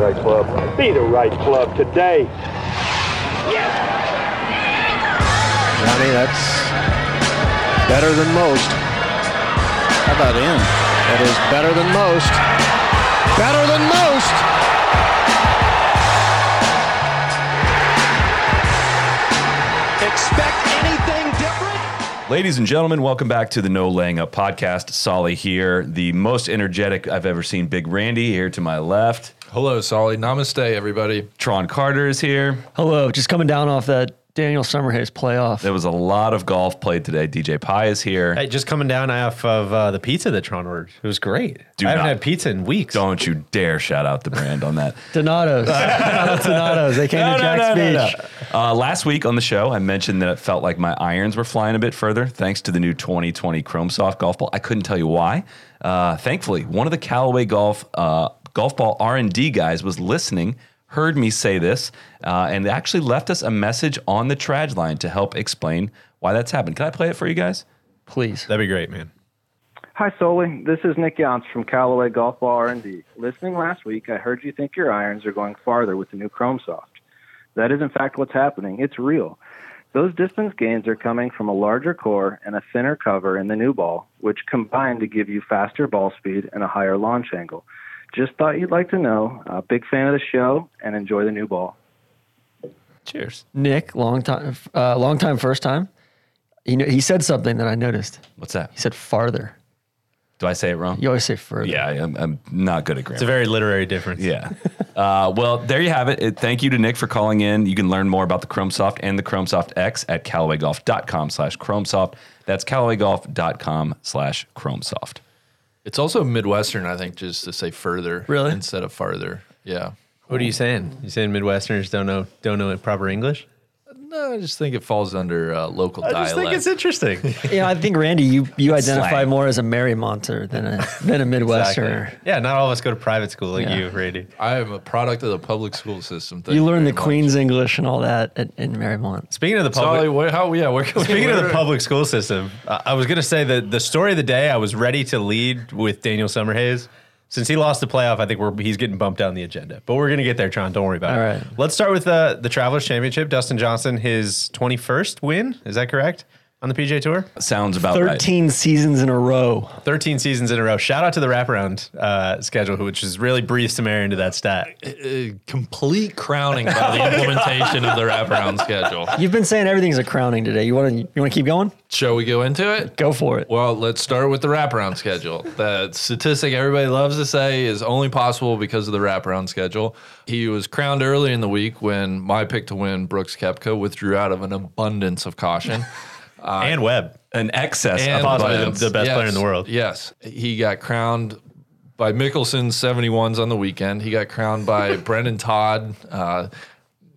right club. Be the right club today. Johnny, that's better than most. How about in? That is better than most. Better than most. Expect anything different? Ladies and gentlemen, welcome back to the No Laying Up podcast. Solly here, the most energetic I've ever seen. Big Randy here to my left. Hello, Solly. Namaste, everybody. Tron Carter is here. Hello, just coming down off that Daniel Summerhayes playoff. There was a lot of golf played today. DJ Pie is here. Hey, just coming down off of uh, the pizza that Tron ordered. It was great. Do I haven't not- had pizza in weeks. Don't you dare shout out the brand on that. Donatos. Donatos. They came No, to no, Jack's no, no, no. Beach. Uh, last week on the show, I mentioned that it felt like my irons were flying a bit further thanks to the new 2020 Chrome Soft golf ball. I couldn't tell you why. Uh, thankfully, one of the Callaway Golf uh, golf ball R and D guys was listening, heard me say this, uh, and actually left us a message on the trad line to help explain why that's happened. Can I play it for you guys? Please. That'd be great, man. Hi, Soli. This is Nick Younts from Callaway Golf Ball R&D. Listening last week, I heard you think your irons are going farther with the new Chrome Soft. That is, in fact, what's happening. It's real. Those distance gains are coming from a larger core and a thinner cover in the new ball, which combine to give you faster ball speed and a higher launch angle. Just thought you'd like to know. Uh, big fan of the show and enjoy the new ball. Cheers. Nick, long time, uh, long time, first time. He knew, he said something that I noticed. What's that? He said farther. Do I say it wrong? You always say further. Yeah, I'm, I'm not good at grammar. It's a very literary difference. Yeah. Uh, well, there you have it. it. Thank you to Nick for calling in. You can learn more about the Chromesoft and the Chromesoft X at callawaygolf.com slash chromesoft. That's callawaygolf.com slash chromesoft. It's also Midwestern, I think, just to say further Really? instead of farther. Yeah. What are you saying? You saying Midwesterners don't know don't know proper English? No, I just think it falls under uh, local I just dialect. think it's interesting. You know, I think Randy, you you identify slang. more as a Merrymonter than a than a Midwesterner. Exactly. Yeah, not all of us go to private school like Yeah. you, Randy. I am a product of the public school system. Thank You learn the very much. Queen's English and all that at, in Marymont. Speaking of the public, Solly, where, how, yeah, where can we- Speaking of the where- public school system, I I was going to say that the story of the day, I was ready to lead with Daniel Summerhays. Since he lost the playoff, I think we're, he's getting bumped down the agenda. But we're going to get there, Tron. Don't worry about All it. right. Let's start with uh, the Travelers Championship. Dustin Johnson, his 21st win. Is that correct? On the PJ Tour? Sounds about right. Thirteen seasons in a row. 13 seasons in a row. Shout out to the wraparound uh, schedule, which is really breathes to marry into that stat. uh, complete crowning by the implementation of the wraparound schedule. You've been saying everything's a crowning today. You want to you want to keep going? Shall we go into it? Go for it. Well, let's start with the wraparound schedule. The statistic everybody loves to say is only possible because of the wraparound schedule. He was crowned early in the week when my pick to win, Brooks Kepka, withdrew out of an abundance of caution. Uh, and Webb. An excess And- of Possibly abundance. the best Yes, player in the world. Yes. He got crowned by Mickelson 71s on the weekend. He got crowned by Brendan Todd, uh,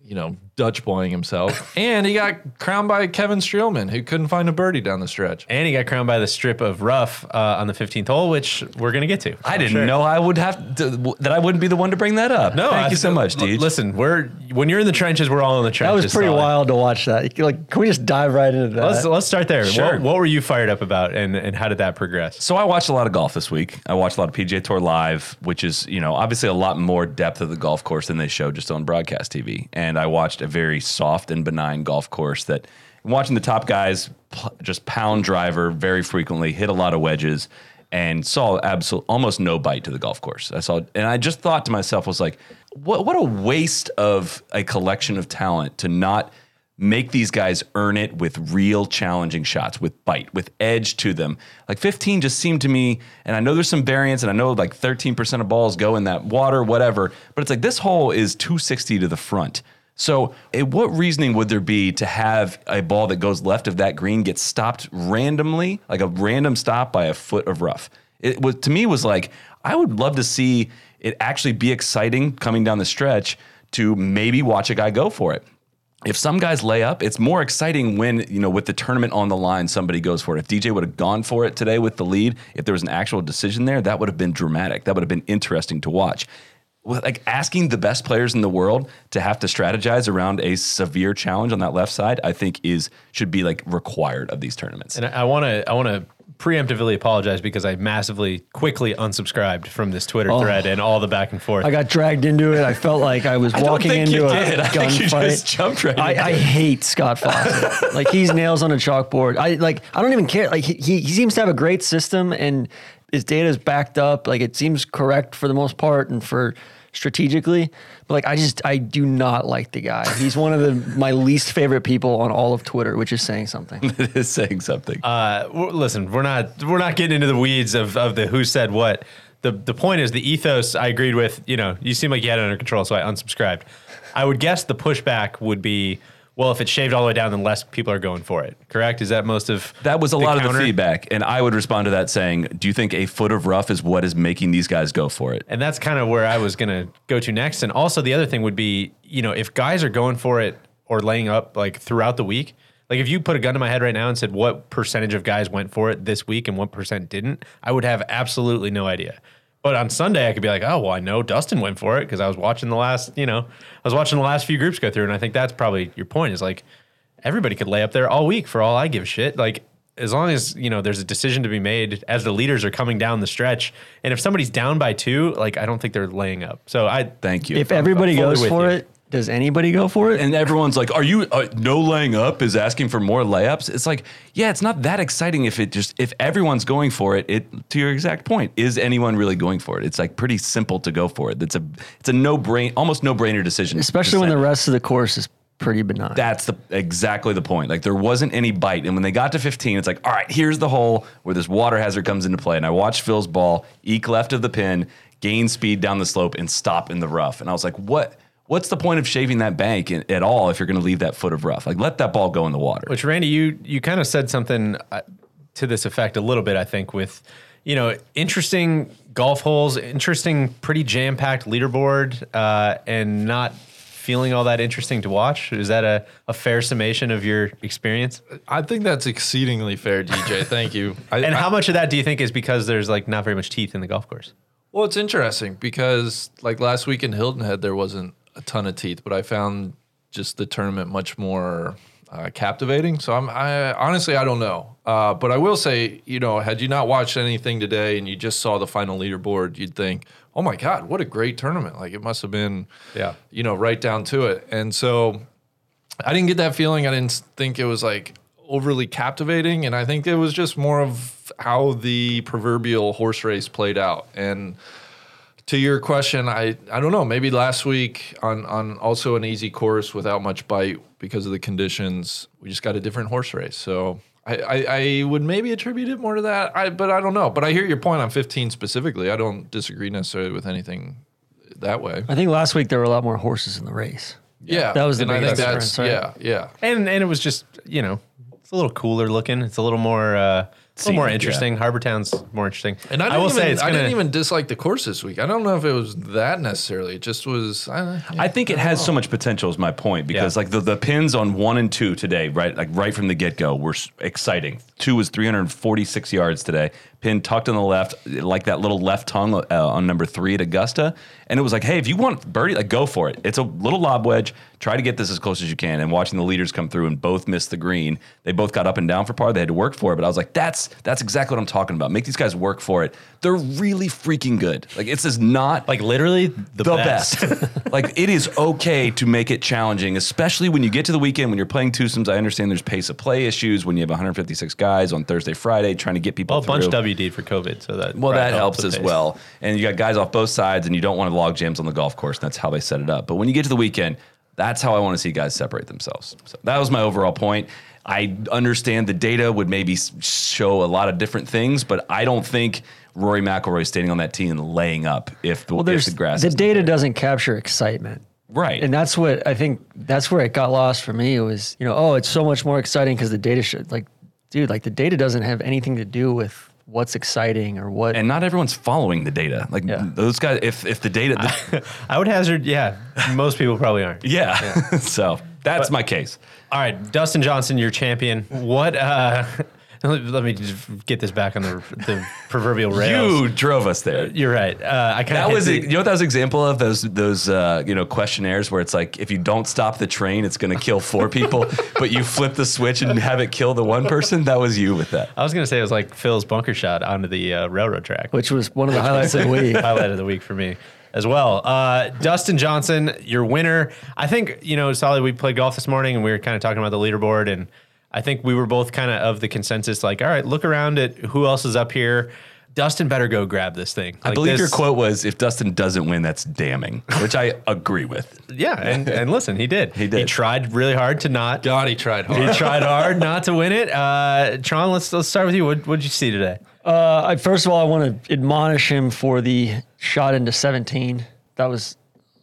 you know, Dutch boying himself. And he got crowned by Kevin Streelman, who couldn't find a birdie down the stretch. And he got crowned by the strip of rough uh, on the 15th hole, which we're going to get to. I didn't know I would have to, that I wouldn't be the one to bring that up. No, thank I- you so much, l- Deej. Listen, we're when you're in the trenches, we're all in the That trenches. was pretty Solid. wild to watch that. Like, can we just dive right into that? Let's let's start there. Sure. What, what were you fired up about, and and how did that progress? So I watched a lot of golf this week. I watched a lot of PGA Tour live, which is you know obviously a lot more depth of the golf course than they show just on broadcast TV. And I watched a very soft and benign golf course that watching the top guys pl- just pound driver very frequently, hit a lot of wedges, and saw absolute almost no bite to the golf course. I saw, and I just thought to myself was like, what what a waste of a collection of talent to not make these guys earn it with real challenging shots, with bite, with edge to them. Like 15 just seemed to me, and I know there's some variance, and I know like 13% of balls go in that water, whatever, but it's like this hole is 260 to the front. So, eh, what reasoning would there be to have a ball that goes left of that green get stopped randomly, like a random stop by a foot of rough? It was to me was like I would love to see it actually be exciting coming down the stretch to maybe watch a guy go for it if some guys lay up, it's more exciting when, you know, with the tournament on the line, somebody goes for it. If DJ would have gone for it today with the lead, if there was an actual decision there, that would have been dramatic. That would have been interesting to watch. Well, Like asking the best players in the world to have to strategize around a severe challenge on that left side, I think is should be like required of these tournaments. And I want to I want to preemptively apologize because I massively, quickly unsubscribed from this Twitter Oh. thread and all the back and forth. I got dragged into it. I felt like I was walking think into you a did. I think you gunfight. just jumped right into I, I hate Scott Fawcett. like he's nails on a chalkboard. I like. I don't even care. Like he, he he seems to have a great system and his data is backed up. Like it seems correct for the most part and for strategically. But like I just I do not like the guy. He's one of the my least favorite people on all of Twitter, which is saying something. It is saying something. uh, w- listen, we're not we're not getting into the weeds of, of the who said what. The the point is the ethos I agreed with. You know, you seem like you had it under control, so I unsubscribed. I would guess the pushback would be, well, if it's shaved all the way down, then less people are going for it. Correct? Is that most of that was a the lot of counter? the feedback, and I would respond to that saying, "Do you think a foot of rough is what is making these guys go for it?" And that's kind of where I was going to go to next. And also, the other thing would be, you know, if guys are going for it or laying up like throughout the week, like if you put a gun to my head right now and said what percentage of guys went for it this week and what percent didn't, I would have absolutely no idea. But on Sunday, I could be like, oh, well, I know Dustin went for it because I was watching the last, you know, I was watching the last few groups go through. And I think that's probably your point is like, everybody could lay up there all week for all I give a shit. Like as long as you know there's a decision to be made as the leaders are coming down the stretch, and if somebody's down by two, like I don't think they're laying up. So I Thank you. If everybody fully goes with for you. it, does anybody go for it? and everyone's like, "Are you uh, no laying up is asking for more layups?" It's like, yeah, it's not that exciting if it just if everyone's going for it. It to your exact point, is anyone really going for it? It's like pretty simple to go for it. It's a it's a no brain, almost no brainer decision, Especially when Just the rest of the course is pretty benign. that's the exactly the point. Like there wasn't any bite, and when they got to 15, it's like, all right, here's the hole where this water hazard comes into play. And I watched Phil's ball eke left of the pin, gain speed down the slope, and stop in the rough. And I was like, what? What's the point of shaving that bank in, at all if you're going to leave that foot of rough? Like let that ball go in the water. Which Randy, you you kind of said something uh, to this effect a little bit. I think with you know interesting golf holes, interesting, pretty jam packed leaderboard, uh, and not feeling all that interesting to watch. Is that a, a fair summation of your experience? I think that's exceedingly fair, DJ. Thank you. I, And I- how much of that do you think is because there's like not very much teeth in the golf course? Well, it's interesting because like last week in Hilton Head, there wasn't a ton of teeth, but I found just the tournament much more uh, captivating. So I'm I, honestly I don't know, uh, but I will say you know had you not watched anything today and you just saw the final leaderboard, you'd think, oh my god, what a great tournament! Like it must have been, Yeah. you know, right down to it. And so I didn't get that feeling. I didn't s- think it was like overly captivating. And I think it was just more of how the proverbial horse race played out. And to your question, I, I don't know. Maybe last week on, on also an easy course without much bite because of the conditions, we just got a different horse race. So I, I, I would maybe attribute it more to that. I, but I don't know. But I hear your point on 15 specifically. I don't disagree necessarily with anything that way. I think last week there were a lot more horses in the race. Yeah. That was the and I think that's, biggest difference, yeah, yeah. and and it was just you know it's a little cooler looking. It's a little more uh, a little more Scenic, interesting. Harbortown's more interesting. And I, will didn't even, say it's I gonna. didn't even dislike the course this week. I don't know if it was that necessarily. It just was. I, I think it has so much potential is my point because Yeah. like the, the pins on one and two today, right? Like right from the get go were s- exciting. Two was 346 yards today. Pin tucked on the left, like that little left tongue uh, on number three at Augusta. And it was like, hey, if you want birdie, like go for it. It's a little lob wedge. Try to get this as close as you can. And watching the leaders come through and both missed the green. They both got up and down for par. They had to work for it. But I was like, that's that's exactly what I'm talking about. Make these guys work for it. They're really freaking good. Like it's is not like literally the, the best. best. like it is okay to make it challenging, especially when you get to the weekend when you're playing twosomes. I understand there's pace of play issues when you have 156 guys on Thursday, Friday, trying to get people. well, a bunch through. WD for COVID, so that Well, probably that helps the as pace. well. And you got guys off both sides, and you don't want to log jams on the golf course. And that's how they set it up. But when you get to the weekend, that's how I want to see guys separate themselves. So that was my overall point. I understand the data would maybe s- show a lot of different things, but I don't think Rory McIlroy standing on that tee and laying up if the, Well, if there's the grass the is data doesn't capture excitement. right. And that's what I think. That's where it got lost for me. It was you know, oh, it's so much more exciting because the data should like, dude, like the data doesn't have anything to do with what's exciting or what. and not everyone's following the data. Like Yeah. those guys, if if the data, I would hazard, yeah, most people probably aren't. yeah. so that's my case. All right, Dustin Johnson, your champion. What? uh Let me just get this back on the, the proverbial rails. You drove us there. You, are right. Uh, I kind That of was you know what that was an example of those those uh, you know questionnaires where it's like if you don't stop the train it's going to kill four people but you flip the switch and have it kill the one person that was you with that I was gonna say it was like Phil's bunker shot onto the uh, railroad track. which was one of the highlights uh, of the week. highlight of the week for me as well. Uh, Dustin Johnson, your winner. I think, you know, Solly, we played golf this morning and we were kind of talking about the leaderboard. And I think we were both kind of of the consensus like, all right, look around at who else is up here. Dustin better go grab this thing. I Like, believe this- your quote was if Dustin doesn't win that's damning which I agree with Yeah. And, and listen, he did. He did. He tried really hard to not. God, he tried hard. He tried hard not to win it. Uh, Tron, let's, let's start with you. What did you see today? Uh, I, first of all, I want to admonish him for the shot into 17. That was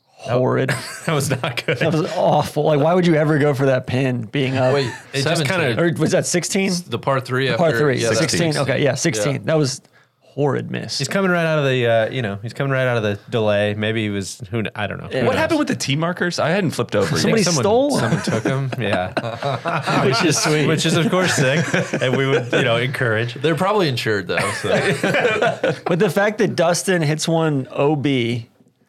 horrid. That was not good. that was awful. Like, why would you ever go for that pin being up? Wait, It just 17. kinda- or was that 16? the part three. After, Part three, yeah, that- 16. Okay, yeah, 16. Yeah. That was horrid miss. He's coming right out of the, uh, you know, he's coming right out of the delay. Maybe he was, who, kn- I don't know. Who what knows? happened with the T markers I hadn't flipped over Somebody yet. stole one. Someone took them, yeah, which is sweet. which is of course sick, and we would you know encourage. They're probably insured though. So. but the fact that Dustin hits one OB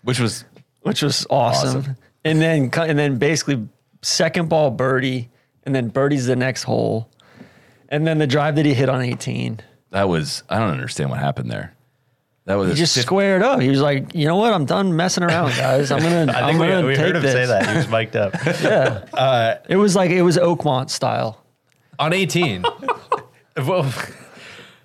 which was which was awesome. And then cu- and then basically second ball birdie, and then birdie's the next hole, and then the drive that he hit on eighteen, that was I don't understand what happened there that was he just squared up. He was like, you know what, I'm done messing around, guys. I'm gonna I I'm think gonna we, we take heard him this. say that he was mic'd up It was like it was Oakmont style. on eighteen. well,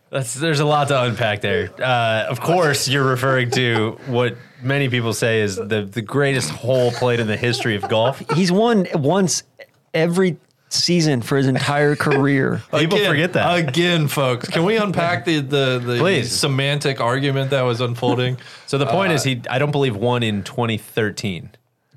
that's there's a lot to unpack there. Uh, of course, you're referring to what many people say is the the greatest hole played in the history of golf. He's won once every season for his entire career. People forget that. again, folks. Can we unpack the the, the Please. semantic argument that was unfolding? so the point uh, is, he I don't believe won in 2013.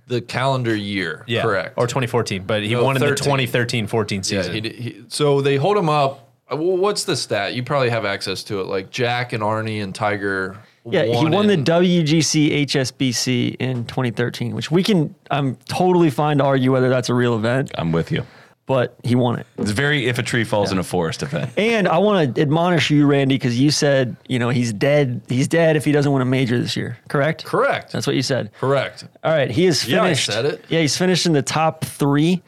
the calendar year, Yeah, correct? Or 2014, but he No, won in the 13. 2013-14 yeah. season. He, did- he, so they hold him up. Uh, well, What's the stat? You probably have access to it. Like Jack and Arnie and Tiger. Yeah, he won the in- WGC HSBC in 2013, which we can I'm totally fine to argue whether that's a real event, I'm with you but he won it. it's very if a tree falls in a forest event And I want to admonish you, Randy, because you said you know he's dead. He's dead if he doesn't win a major this year. Correct. correct. That's what you said. correct. All right, he is Yeah, I finished. said it. Yeah, he's finished in the top three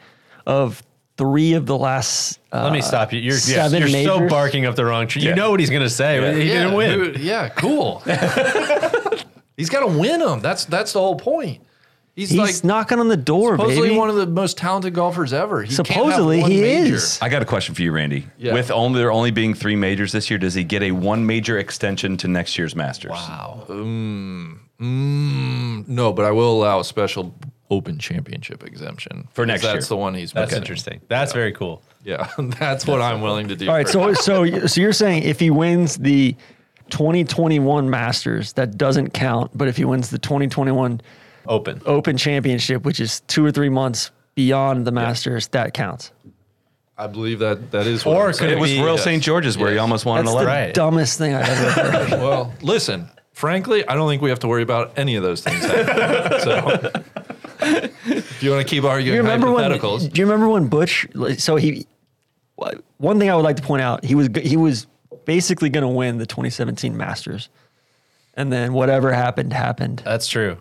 of three of the last. Uh, Let me stop you. You're, seven you're so majors? barking up the wrong tree. Yeah. You know what he's going to say. but He yeah, didn't win. dude, yeah, cool. He's got to win them. That's that's the whole point. He's, He's like knocking on the door, supposedly baby. one of the most talented golfers ever. He can't have Supposedly, one he major. is. I got a question for you, Randy. Yeah. With only there only being three majors this year, does he get a one major extension to next year's Masters? Wow. No, but I will allow a special Open Championship exemption For 'cause next that's year. the one he's. That's making. interesting. That's very cool. Yeah, that's what I'm willing to do. All right, so so so you're saying if he wins the 2021 Masters, that doesn't count. But if he wins the 2021 Open. Open Championship, which is two or three months beyond the Masters, that counts. I believe that that is. Or What I'm could saying. It was Yes. Royal St. George's where he Yes. almost won an That's the eleven. Right. dumbest thing I've ever heard. well, listen. Frankly, I don't think we have to worry about any of those things. happening. so, if you want to keep arguing you remember when? hypotheticals, Do you remember when Butch? like, So he, one thing I would like to point out, he was he was basically going to win the 2017 Masters, and then whatever happened happened. That's true.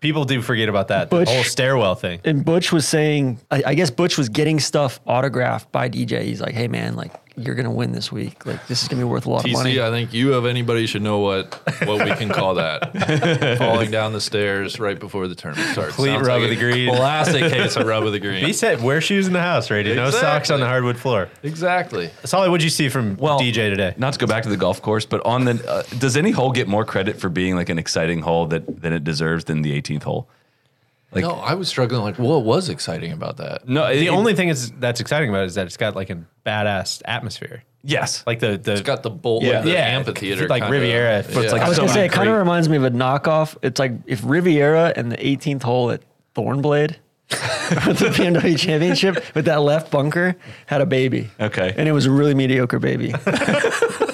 People do forget about that. Butch- The whole stairwell thing. And Butch was saying, I, I guess Butch was getting stuff autographed by DJ. He's like, "Hey man, like you're going to win this week. Like this is going to be worth a lot of money." uh, TC, I think you of anybody should know what what we can call that. Falling down the stairs right before the tournament starts. Complete Sounds rub like of a the green. Classic case of rub of the green. He said, wear shoes in the house, Brady. No socks Exactly. on the hardwood floor. Exactly. Solly, what'd you see from Well, DJ today? Not to go back to the golf course, but on the uh, does any hole get more credit for being like an exciting hole that than it deserves than the 18th hole? Like- no, I was struggling. Like, what was exciting about that? No, The it- only thing is, that's exciting about it is that it's got like a badass atmosphere. yes, like Like the, the It's got the bolt, Yeah. like the Yeah, amphitheater, like kinda- Riviera, but it's like I was so going to say, many it kind of great- reminds me of a knockoff. It's like if Riviera and the 18th hole at Thornblade. for the BMW Championship with that left bunker had a baby. Okay. And it was a really mediocre baby.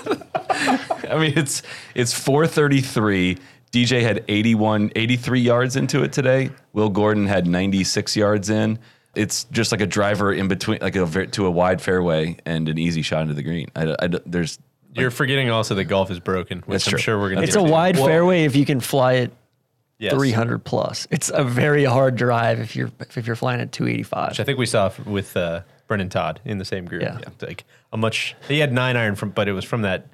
I mean it's it's 433. DJ had 81, 83 yards into it today. Will Gordon had 96 yards in. it's just like a driver in between, like a ver- to a wide fairway and an easy shot into the green. I, I- there's You're forgetting also that golf is broken, which That's I'm true. sure we're going to It's a wide fairway if you can fly it yes. 300 plus. It's a very hard drive if you're if you're flying at 285. which I think we saw f- with uh, Brendan Todd in the same group. Yeah. Like a much, he had nine iron from, but it was from that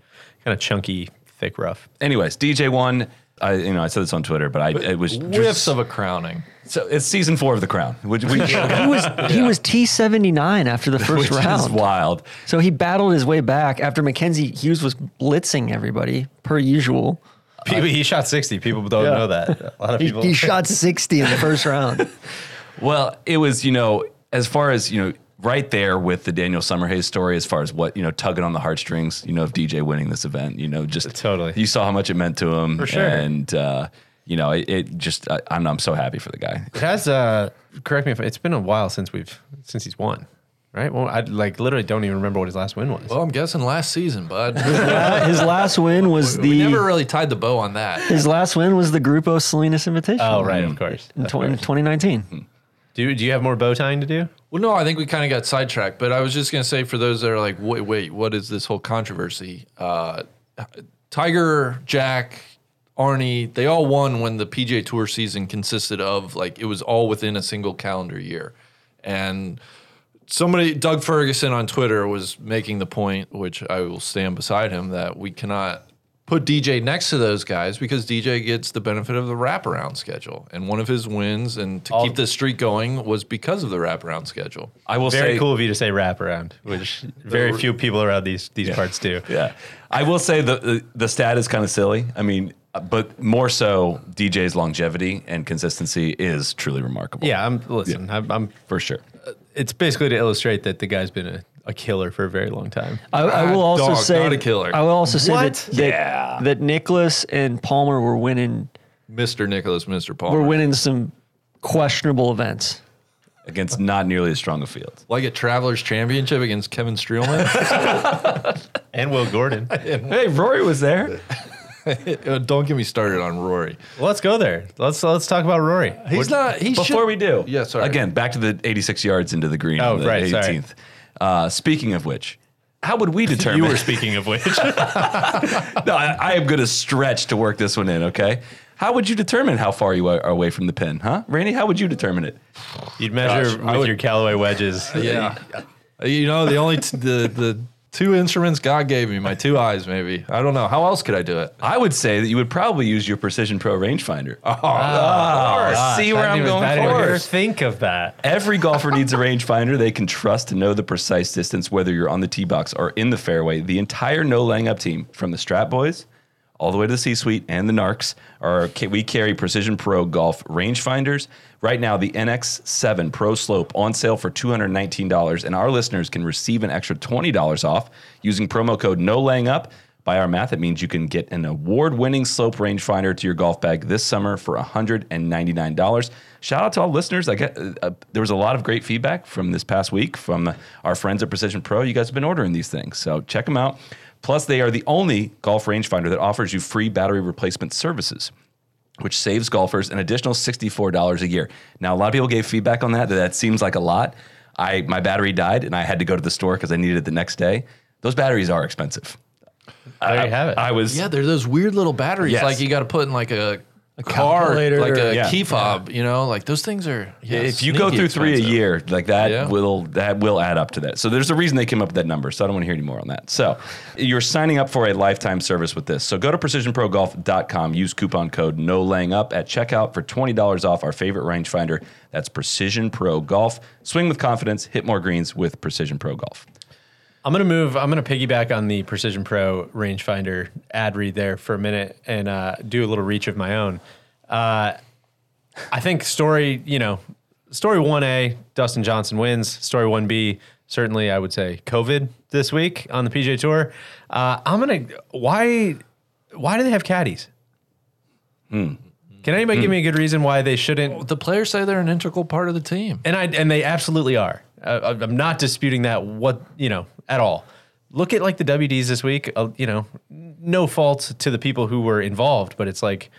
kind of chunky, thick rough. anyways, DJ one. I you know I said this on Twitter, but I it was Whiffs of a crowning. so it's season four of The Crown, which we, he was he was T79 after the first which is round. wild. So he battled his way back after Mackenzie Hughes was blitzing everybody per usual. People, he shot 60. People don't know that. A lot of He, people. he shot 60 in the first round. Well, it was, you know, as far as, you know, right there with the Daniel Summerhays story, as far as what, you know, tugging on the heartstrings, you know, of DJ winning this event, you know, just Totally. You saw how much it meant to him. For sure. And, uh, you know, it, it just, I, I'm, I'm so happy for the guy. It has, uh, correct me if it's been a while since we've, since he's won, right? Well, I like literally don't even remember what his last win was. Well, I'm guessing last season, bud. Uh, his last win was we the never really tied the bow on that. his last win was the Grupo Salinas Invitational oh, right. Of course. in, tw- in Hmm. 2019. Do, do you have more bow tying to do? Well, no, I think we kind of got sidetracked, but I was just going to say for those that are like, wait, wait, what is this whole controversy? Uh, Tiger, Jack, Arnie, they all won when the PJ Tour season consisted of like, it was all within a single calendar year. And somebody, Doug Ferguson on Twitter, was making the point, which I will stand beside him, that we cannot put DJ next to those guys because DJ gets the benefit of the wraparound schedule. And one of his wins and to keep the streak going was because of the wraparound schedule. I will Very say, cool of you to say wrap around, which Uh, very few people around these, these parts do. yeah, I will say the, the, the stat is kind of silly. I mean, but more so DJ's longevity and consistency is truly remarkable. Yeah. I'm, listen, I'm, I'm, for sure. it's basically to illustrate that the guy's been a, a killer for a very long time. I, I will also Dog, say not a killer. I will also say What? that that, that Nicholas and Palmer were winning Mr. Nicholas, Mr. Palmer. were winning some questionable events. Against not nearly as strong a field. Like a Travelers Championship against Kevin Streelman. And Will Gordon. Hey, Rory was there. Uh, Don't get me started on Rory. Let's go there. Let's let's talk about Rory. He's not. He Before should- we do, Yeah, sorry. Again, back to the 86 yards into the green. Oh, on the right, sorry. 18th. Uh, speaking of which, how would we determine? You were speaking of which. no, I, I am going to stretch to work this one in. Okay, how would you determine how far you are away from the pin, huh, Randy? How would you determine it? You'd measure Gosh, I with would- your Callaway wedges. Yeah. Uh, you know, the only t- the the two instruments God gave me, my two eyes, maybe. I don't know. How else could I do it? I would say that you would probably use your Precision Pro rangefinder. Oh, see where I'm going Or forward. think of that. Every golfer needs a rangefinder they can trust to know the precise distance, whether you're on the tee box or in the fairway. The entire No Laying Up team, from the Strat Boys all the way to the C-Suite and the Narcs, are ca- we carry Precision Pro Golf rangefinders. Right now, the NX7 Pro Slope on sale for $219, and our listeners can receive an extra $20 off using promo code No Laying Up. By our math, it means you can get an award winning slope rangefinder to your golf bag this summer for $199. Shout out to all listeners. I got, uh, uh, there was a lot of great feedback from this past week from our friends at Precision Pro. You guys have been ordering these things, so check them out. Plus, they are the only golf rangefinder that offers you free battery replacement services which saves golfers an additional $64 a year. Now, a lot of people gave feedback on that, that that seems like a lot. I my battery died and I had to go to the store because I needed it the next day. Those batteries are expensive. There you have it. I was Yeah, they're those weird little batteries. Yes. Like you got to put in like a, a car, calculator like a or- Yeah. key fob. You know, like those things are. yeah, if you go sneaky through three a expensive. year, like that Yeah. will that will add up to that. So there's a reason they came up with that number. So I don't want to hear any more on that. So you're signing up for a lifetime service with this. So go to precisionprogolf.com, use coupon code no laying up at checkout for twenty dollars off our favorite rangefinder. That's Precision Pro Golf. Swing with confidence, hit more greens with Precision Pro Golf. I'm gonna move. I'm gonna piggyback on the Precision Pro rangefinder ad read there for a minute and uh, do a little reach of my own. Uh, I think story, you know, story one A, Dustin Johnson wins. Story one B, certainly, I would say COVID this week on the PJ Tour. Uh, I'm gonna why why do they have caddies? Can anybody give me a good reason why they shouldn't the players say they're an integral part of the team. and I and they absolutely are. Uh, I'm not disputing that what you know at all. Look at like the WDs this week. Uh, you know, no fault to the people who were involved, but it's like,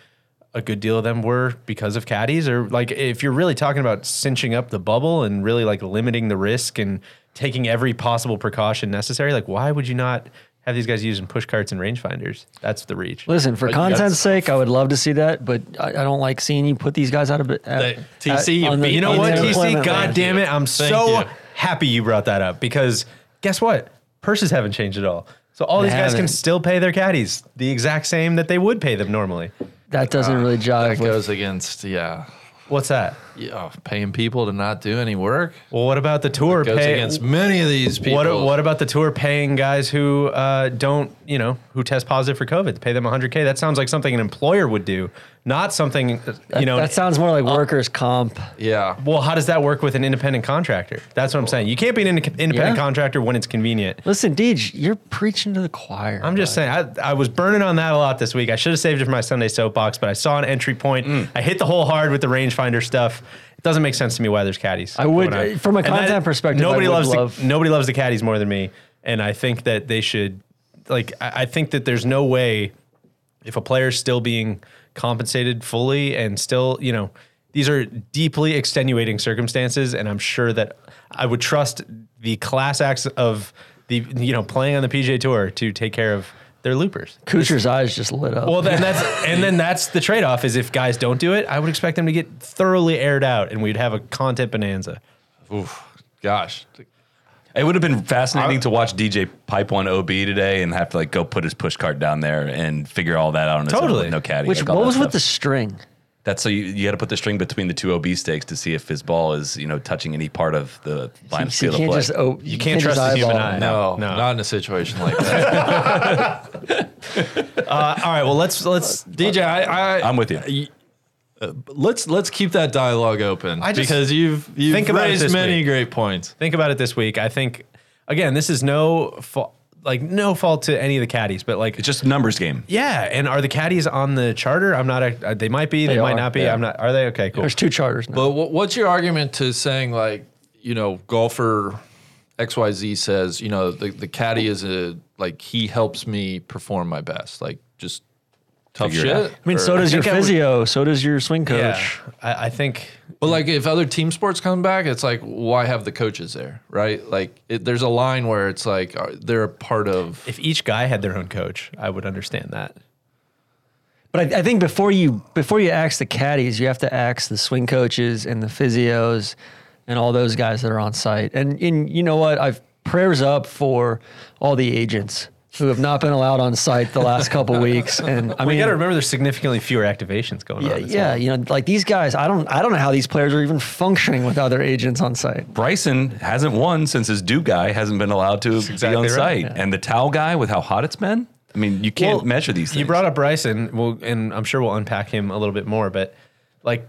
a good deal of them were because of caddies or like if you're really talking about cinching up the bubble and really like limiting the risk and taking every possible precaution necessary, like why would you not have these guys using push carts and rangefinders? That's the reach. Listen, for you got- content's sake, I would love to see that, but I, I don't like seeing you put these guys out of bu- at- They- TC, at- Uh, on the- you You know on what, the TC? unemployment God line. damn it. I'm Thank so you. happy you brought that up because guess what? Purses haven't changed at all. So all these guys can haven't. still pay their caddies the exact same that they would pay them normally. That uh, doesn't really jive That with goes against, yeah. What's that? Yeah, oh, paying people to not do any work Well, what about the tour goes pay? against many of these people. What, what about the tour paying guys who uh, don't, you know, who test positive for COVID? Pay them 100K. That sounds like something an employer would do, not something, uh, that, you know. uh, that sounds more like workers' comp. Yeah. well, how does that work with an independent contractor? That's what I'm saying. You can't be an inde- Yeah. independent contractor when it's convenient. Listen, Deej, you're preaching to the choir. I'm just saying, I, I was burning on that a lot this week. I should have saved it for my Sunday soapbox, but I saw an entry point. I hit the hole hard with the rangefinder stuff. It doesn't make sense to me why there's caddies. I would- going on. from a And content perspective, I Nobody would loves love- the, nobody loves the caddies more than me, and I think that they should. Like, I, I think that there's no way if a player's still being compensated fully and still, you know, these are deeply extenuating circumstances, and I'm sure that I would trust the class acts of the you know playing on the PGA Tour to take care of their loopers. Kuchar's eyes just lit up. Well, then that's and then that's the trade off is if guys don't do it, I would expect them to get thoroughly aired out, and we'd have a content bonanza. Oof, gosh. It would have been fascinating to watch DJ pipe one OB today and have to like go put his push cart down there and figure all that out on his own Totally. with no caddy. Which like all what that was stuff. with the string? That's so you, you got to put the string between the two OB stakes to see if his ball is you know touching any part of the line of So field of you can't play. just oh, You can't trust just the human eyeball eye. it. No, no. not in a situation like that. Uh, all right, well let's let's DJ, I, I, I'm Uh, with you. let's let's keep that dialogue open I just- because you've you've Think about it raised this many week. great points. think about it this week. I think again, this is no fault, like no fault to any of the caddies, but like It's just a numbers game. Yeah, and are the caddies on the charter? I'm not. A, uh, they might be. They, They might are, not be. yeah. I'm not. Are they? Okay, cool. There's two charters now. But wh- what's your argument to saying like you know golfer XYZ says you know the, the caddy is a like he helps me perform my best like just tough Figure it shit. I mean, so Or- does your think I would- physio, so does your swing coach. Yeah, I, I think. But like, if other team sports come back, it's like, why have the coaches there, right? Like, it, there's a line where it's like are- they're a part of. If each guy had their own coach, I would understand that. But I, I think before you before you axe the caddies, you have to axe the swing coaches and the physios and all those guys that are on site. And and you know what? I've prayers up for all the agents who have not been allowed on site the last couple weeks. And I We mean, got to remember there's significantly fewer activations going yeah, on. as yeah, well. you know, like these guys, I don't I don't know how these players are even functioning without their agents on site. Bryson hasn't won since his do guy hasn't been allowed to be exactly on right. site, Yeah. and the towel guy with how hot it's been. I mean, you can't Well, measure these things. You brought up Bryson, well, and I'm sure we'll unpack him a little bit more. But like,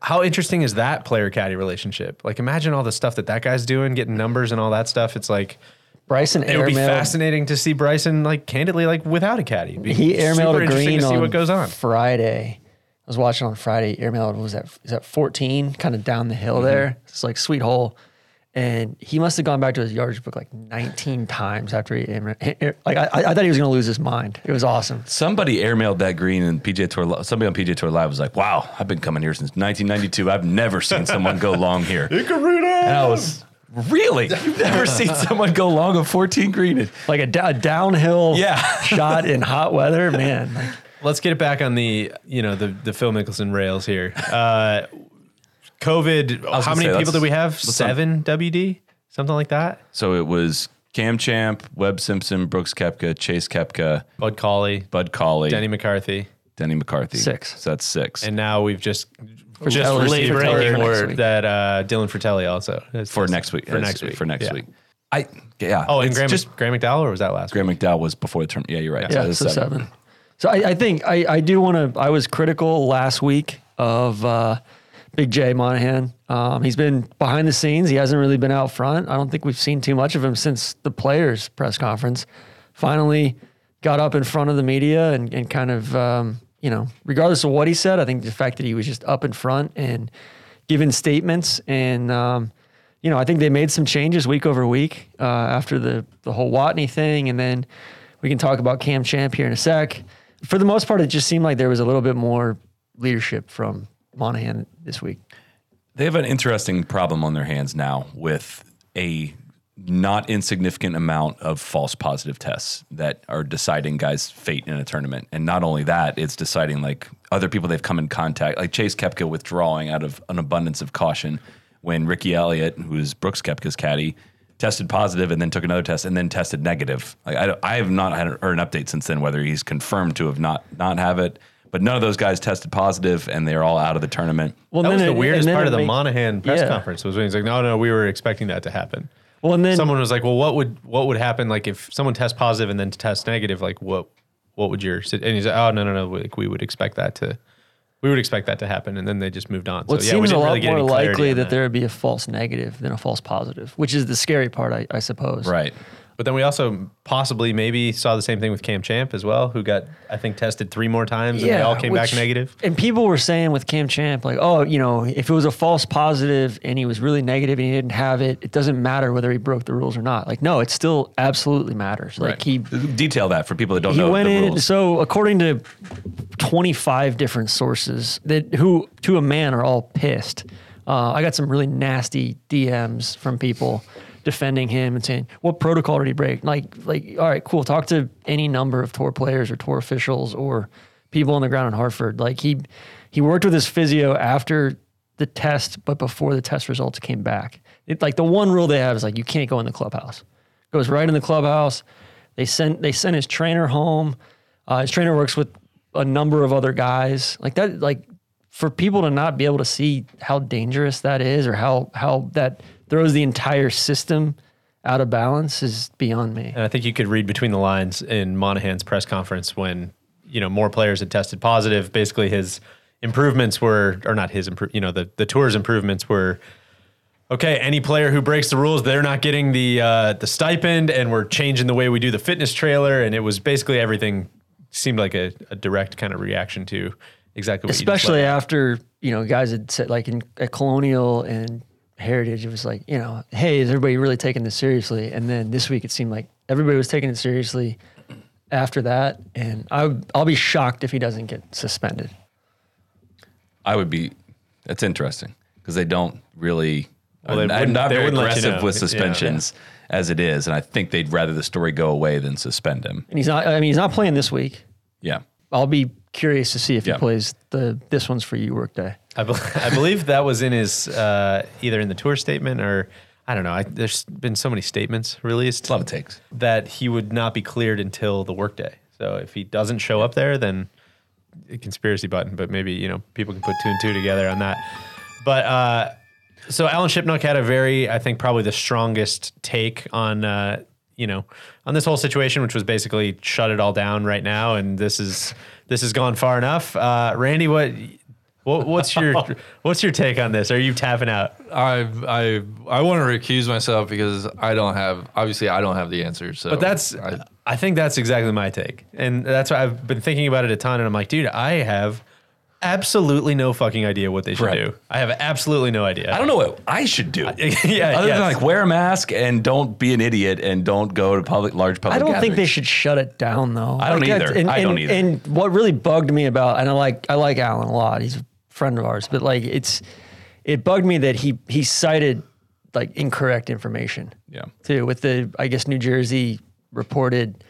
how interesting is that player caddy relationship? Like, imagine all the stuff that that guy's doing, getting numbers and all that stuff. It's like Bryson it would be airmailed fascinating to see Bryson like candidly, like without a caddy. It'd be he airmailed super a interesting green to see on, what goes on. Friday. I was watching on Friday. Airmailed what was that is that 14 kind of down the hill Mm-hmm. there. It's like sweet hole. And he must have gone back to his yardage book like 19 times after he air, air- like I, I thought he was going to lose his mind. It was awesome. Somebody airmailed that green and PJ Tour. Li- Somebody on PJ Tour Live was like, "Wow, I've been coming here since 1992. I've never seen someone go long here." And I was really, you've never seen someone go long of 14 green. It- Like a, d- a downhill Yeah. shot in hot weather, man. Like, Let's get it back on the you know the the Phil Mickelson rails here. Uh, COVID. was How gonna many say, people let's- do we have? let's- Seven WD, something like that. So it was Cam Champ, Webb Simpson, Brooks Kepka, Chase Kepka, Bud Cauley, Bud Colley, Denny Denny, McCarthy, McCarthy. Six. So that's six. and now we've just just Fratelli- received Fratelli breaking for next word week. that uh, Dylan Fratelli also is- for is- next week. for Yes, next week For next Yeah. week. I yeah. Oh, and It's Graham, just Graham McDowell or was that last? week? Graham McDowell was before the term. Yeah, you're right. Yeah, that's so seven. So I, I think I, I do want to. I was critical last week of uh, Big J Monahan. Um, he's been behind the scenes. He hasn't really been out front. I don't think we've seen too much of him since the players' press conference. Finally, got up in front of the media and, and kind of um, you know, regardless of what he said, I think the fact that he was just up in front and giving statements and um, you know, I think they made some changes week over week uh, after the the whole Watney thing, and then we can talk about Cam Champ here in a sec. For the most part, it just seemed like there was a little bit more leadership from Monahan this week. They have an interesting problem on their hands now with a not insignificant amount of false positive tests that are deciding guys' fate in a tournament. And not only that, it's deciding like other people they've come in contact, like Chase Kepka withdrawing out of an abundance of caution when Ricky Elliott, who's Brooks Kepka's caddy, tested positive and then took another test and then tested negative. Like I, don't- I have not had a- heard an update since then whether he's confirmed to have not not have it. But none of those guys tested positive, and they're all out of the tournament. Well, that was then the it- weirdest and then part it of the make- Monahan press Yeah. conference was when he's like, "No, no, we were expecting that to happen." Well, and then someone was like, "Well, what would what would happen like if someone tests positive and then tests negative? Like, what what would your si-" and he's like, "Oh, no, no, no, like we would expect that to." We would expect that to happen, and then they just moved on. Well, it so, yeah, we seems a didn't lot really get more any clarity likely on that, there would be a false negative than a false positive, which is the scary part, I, I suppose. Right. But then we also possibly maybe saw the same thing with Cam Champ as well, who got I think tested three more times and they all came back which- negative. And people were saying with Cam Champ, like, oh, you know, if it was a false positive and he was really negative and he didn't have it, it doesn't matter whether he broke the rules or not. Like, no, it still absolutely matters. Like, he Detail that for people that don't he know went the in. rules. So according to 25 different sources that who to a man are all pissed. Uh, I got some really nasty DMs from people defending him and saying, "What protocol did he break?" Like, like, all right, cool. Talk to any number of tour players or tour officials or people on the ground in Hartford. Like he he worked with his physio after the test, but before the test results came back. It, like the one rule they have is like you can't go in the clubhouse. Goes right in the clubhouse. They sent they sent his trainer home. Uh, his trainer works with a number of other guys. Like that, like for people to not be able to see how dangerous that is or how how that throws the entire system out of balance is beyond me. And I think you could read between the lines in Monahan's press conference when you know more players had tested positive. Basically, his improvements were, or not his improve, you know, the the tour's improvements were. Okay, any player who breaks the rules, they're not getting the uh, the stipend, and we're changing the way we do the fitness trailer. And it was basically everything seemed like a, a direct kind of reaction to exactly what you just Especially laid out. after you know guys had said like in at Colonial and Heritage, it was like you know, hey, is everybody really taking this seriously? And then this week, it seemed like everybody was taking it seriously. After that, and I, I'll be shocked if he doesn't get suspended. I would be. That's interesting because they don't really. Well, they I'm- I'm wouldn't- not they very wouldn't let you aggressive know. with Yeah. suspensions as it is, and I think they'd rather the story go away than suspend him. And he's not. I mean, he's not playing this week. Yeah. I'll be curious to see if Yeah. he plays the this one's for you workday. I, bel I believe that was in his uh, either in the tour statement or I don't know. I, there's been so many statements released A lot of takes. that he would not be cleared until the workday. So if he doesn't show up there, then a conspiracy button. But maybe you know people can put two and two together on that. But uh, so Alan Shipnuck had a very, I think, probably the strongest take on uh, you know on this whole situation, which was basically shut it all down right now, and this is this has gone far enough. Uh, Randy, what? What, what's your what's your take on this? Are you tapping out? I I I want to recuse myself because I don't have obviously I don't have the answer. So But that's, I, I, think that's exactly my take. And that's why I've been thinking about it a ton. And I'm like, dude, I have absolutely no fucking idea what they should Right. do. I have absolutely no idea. I don't know what I should do. yeah, Other yes. than like wear a mask and don't be an idiot and don't go to public large public. I don't think they gatherings. should shut it down though. I don't Like, either. that's- And, I don't and- either. And what really bugged me about and I like I like Alan a lot. He's a friend of ours, but like it's it bugged me that he he cited like incorrect information. Yeah. Too with the I guess New Jersey reported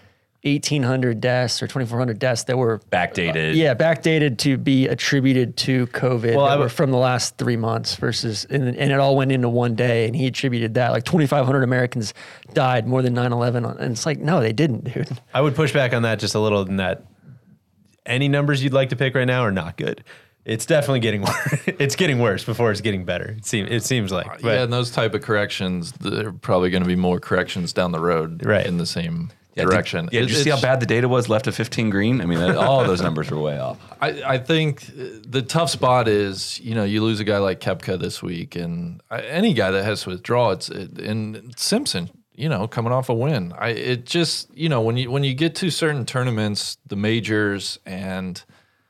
1800 deaths or 2400 deaths that were Backdated. Yeah, backdated to be attributed to COVID Well, that I were would- from the last three months versus, and, and it all went into one day. And he attributed that like 2,500 Americans died more than 9 11. And it's like, no, they didn't, dude. I would push back on that just a little in that any numbers you'd like to pick right now are not good. It's definitely getting worse. it's getting worse before it's getting better. It seems it seems like. But Uh, yeah, and those type of corrections, there are probably going to be more corrections down the road, Right. in the same Yeah, did- direction. yeah, did you It- see how it's- bad the data was left of 15 green? I mean, that- all those numbers were way off. I, I think the tough spot is you know you lose a guy like Kepka this week and uh, any guy that has to withdraw it's it, and Simpson you know coming off a win I it just you know when you when you get to certain tournaments the majors and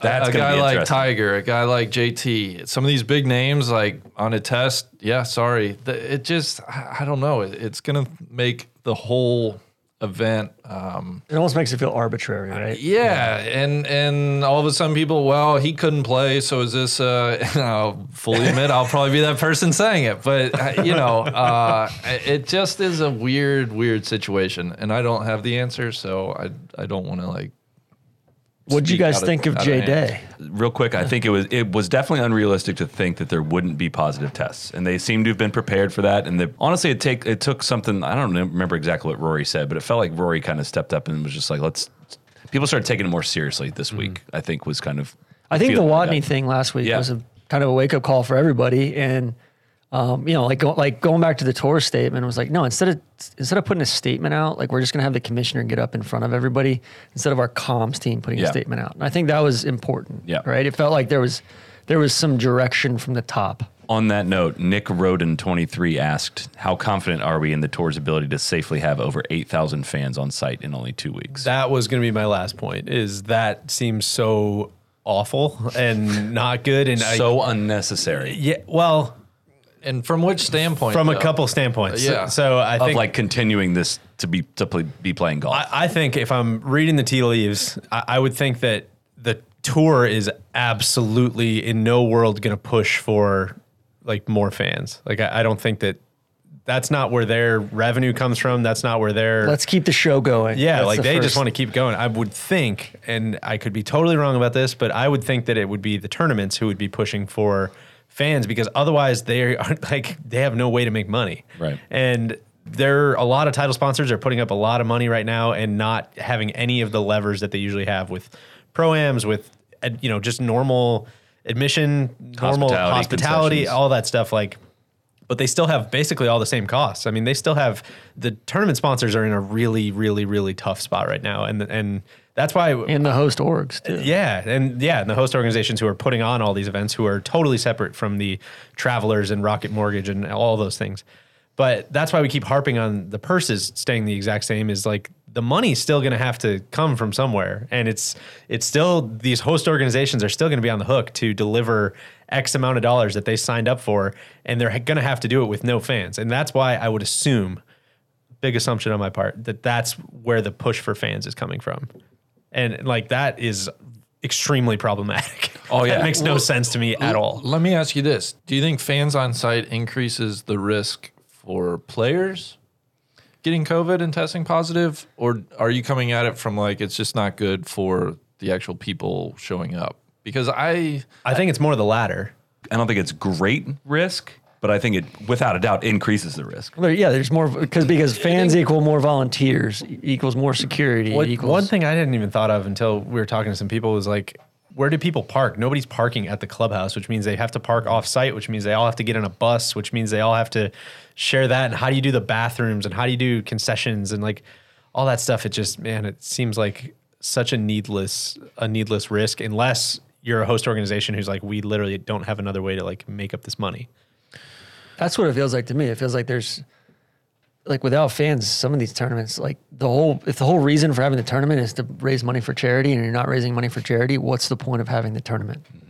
a- That's a gonna guy be like interesting. Tiger a guy like JT some of these big names like on a test yeah sorry The- it just I I don't know it, it's gonna make the whole event. Um, It almost makes it feel arbitrary, right? yeah, and and all of a sudden people, well, he couldn't play, so is this? Uh, I'll fully admit, I'll probably be that person saying it, but uh, you know, uh, it just is a weird, weird situation, and I don't have the answer, so I I don't want to like. What would you speak out guys think of out J hand. Day? real quick, I think it was it was definitely unrealistic to think that there wouldn't be positive tests, and they seem to have been prepared for that. And they, honestly, it take it took something I don't kn- remember exactly what Rory said, but it felt like Rory kind of stepped up and was just like, let's. People started taking it more seriously this week. I think was kind of. I think the feeling I got. Watney thing last week Yeah. was a kind of a wake up call for everybody, and um, you know, like go, like going back to the tour statement, it was like, no, instead of instead of putting a statement out, like we're just gonna have the commissioner get up in front of everybody instead of our comms team putting Yeah. a statement out. And I think that was important. Yeah. Right. It felt like there was there was some direction from the top. On that note, Nick Roden twenty three asked, "How confident are we in the tour's ability to safely have over eight thousand fans on site in only two weeks?" That was going to be my last point. Is that seems so awful and not good and I, so unnecessary. yeah. Well, And from which standpoint? from though? a couple standpoints. Yeah. So I Of think like continuing this to be to play, be playing golf. I, I think if I'm reading the tea leaves, I, I would think that the tour is absolutely in no world going to push for like more fans. Like I, I don't think that that's not where their revenue comes from. That's not where their Let's keep the show going. yeah, That's like the they just first- want to keep going. I would think, and I could be totally wrong about this, but I would think that it would be the tournaments who would be pushing for fans because otherwise they are like they have no way to make money. Right. And there are a lot of title sponsors are putting up a lot of money right now and not having any of the levers that they usually have with proams, with uh, you know just normal admission, normal Hospitality, hospitality, concessions. all that stuff. Like but they still have basically all the same costs. I mean, they still have the tournament sponsors are in a really, really, really tough spot right now, and and that's why. and the host orgs too. yeah, and yeah, and the host organizations who are putting on all these events, who are totally separate from the travelers and Rocket Mortgage and all those things, but that's why we keep harping on the purses staying the exact same. Is like the money's still going to have to come from somewhere, and it's it's still these host organizations are still going to be on the hook to deliver X amount of dollars that they signed up for, and they're going to have to do it with no fans. And that's why I would assume, big assumption on my part, that that's where the push for fans is coming from. And like that is extremely problematic. Oh, yeah. That makes no sense to me at all. Let me ask you this: Do you think fans on site increases the risk for players getting COVID and testing positive, or are you coming at it from like it's just not good for the actual people showing up? Because I I think it's more the latter. I don't think it's great risk, but I think it, without a doubt, increases the risk. There- yeah, there's more because because fans equal more volunteers e- equals more security. What- equals, one thing I hadn't even thought of until we were talking to some people was like, where do people park? Nobody's parking at the clubhouse, which means they have to park off site, which means they all have to get on a bus, which means they all have to share that. And how do you do the bathrooms and how do you do concessions and like all that stuff? It just, man, it seems like such a needless, a needless risk unless you're a host organization who's like, we literally don't have another way to like make up this money. That's what it feels like to me. It feels like there's like without fans, some of these tournaments, like the whole if the whole reason for having the tournament is to raise money for charity and you're not raising money for charity, what's the point of having the tournament? Mm-hmm.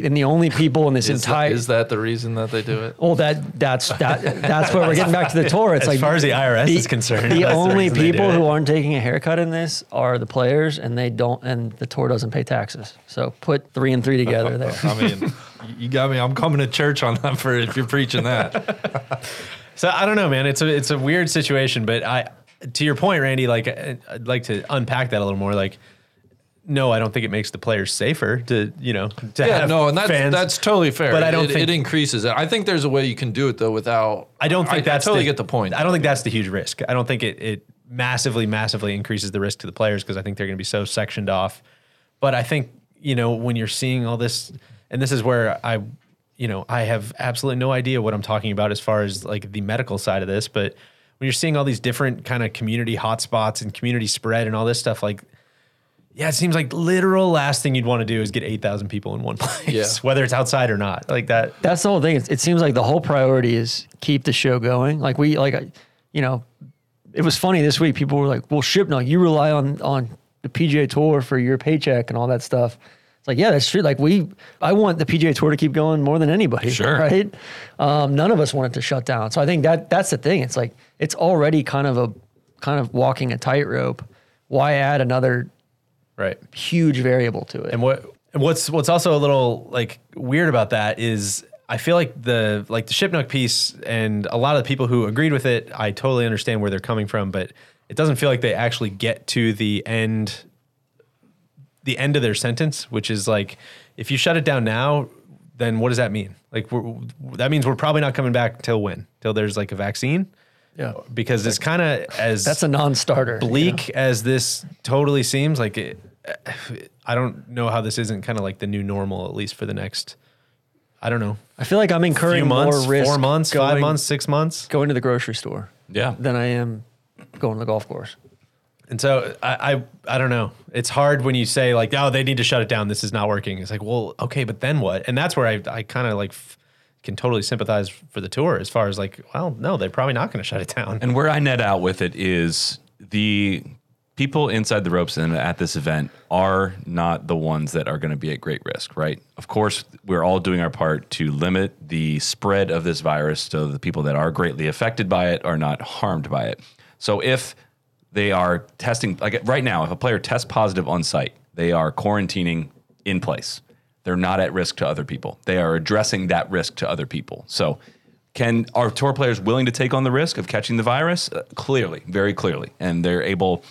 And the only people in this is, entire is that the reason that they do it? Well, that that's that that's where we're getting back to the tour. It's As like far as the IRS is concerned, the that's the only reason they do people who it. aren't taking a haircut in this are the players, and they don't, and the tour doesn't pay taxes. So put three and three together there. I mean, you got me. I'm coming to church on that for if you're preaching that. So I don't know, man. It's a it's a weird situation, but I to your point, Randy. Like I- I'd like to unpack that a little more. Like, no, I don't think it makes the players safer to you know to Yeah, have no, and that's fans. that's totally fair. But I don't it, think- it increases it. I think there's a way you can do it though without. I don't think that's totally get the point. I don't think that's the huge risk. I don't think it it massively massively increases the risk to the players because I think they're going to be so sectioned off. But I think you know when you're seeing all this, and this is where I, you know, I have absolutely no idea what I'm talking about as far as like the medical side of this. But when you're seeing all these different kind of community hotspots and community spread and all this stuff, like. Yeah, it seems like literal last thing you'd want to do is get 8,000 people in one place, Yeah. whether it's outside or not. Like that. That's the whole thing. It, it seems like the whole priority is keep the show going. Like we, like I- you know, it was funny this week. People were like, "Well, Shipno, you rely on on the PGA Tour for your paycheck and all that stuff." It's like, yeah, that's true. Like we, I want the PGA Tour to keep going more than anybody. Sure. right? Um, none of us want it to shut down. So I think that that's the thing. It's like it's already kind of a kind of walking a tightrope, why add another right. huge variable to it? And what and what's what's also a little like weird about that is I feel like the like the Shipnuck piece and a lot of the people who agreed with it, I totally understand where they're coming from, but it doesn't feel like they actually get to the end the end of their sentence, which is like if you shut it down now, then what does that mean? Like we're, that means we're probably not coming back till when? Till there's like a vaccine? yeah. Because it's kind of as That's a non-starter. you know? bleak as this totally seems like it, i don't know how this isn't kind of like the new normal at least for the next i don't know I feel like I'm few incurring months more risk four months five going- months six months going to the grocery store Yeah. than I am going to the golf course. and so I, I i don't know it's hard when you say like oh they need to shut it down this is not working it's like well okay but then what and that's where i, I kind of like f- can totally sympathize for the tour as far as like well no they're probably not going to shut it down And where I net out with it is the people inside the ropes and at this event are not the ones that are going to be at great risk, right? Of course, we're all doing our part to limit the spread of this virus so the people that are greatly affected by it are not harmed by it. So if they are testing, like right now, if a player tests positive on site, they are quarantining in place. They're not at risk to other people. They are addressing that risk to other people. So can are tour players willing to take on the risk of catching the virus? Uh, clearly, very clearly, and they're able.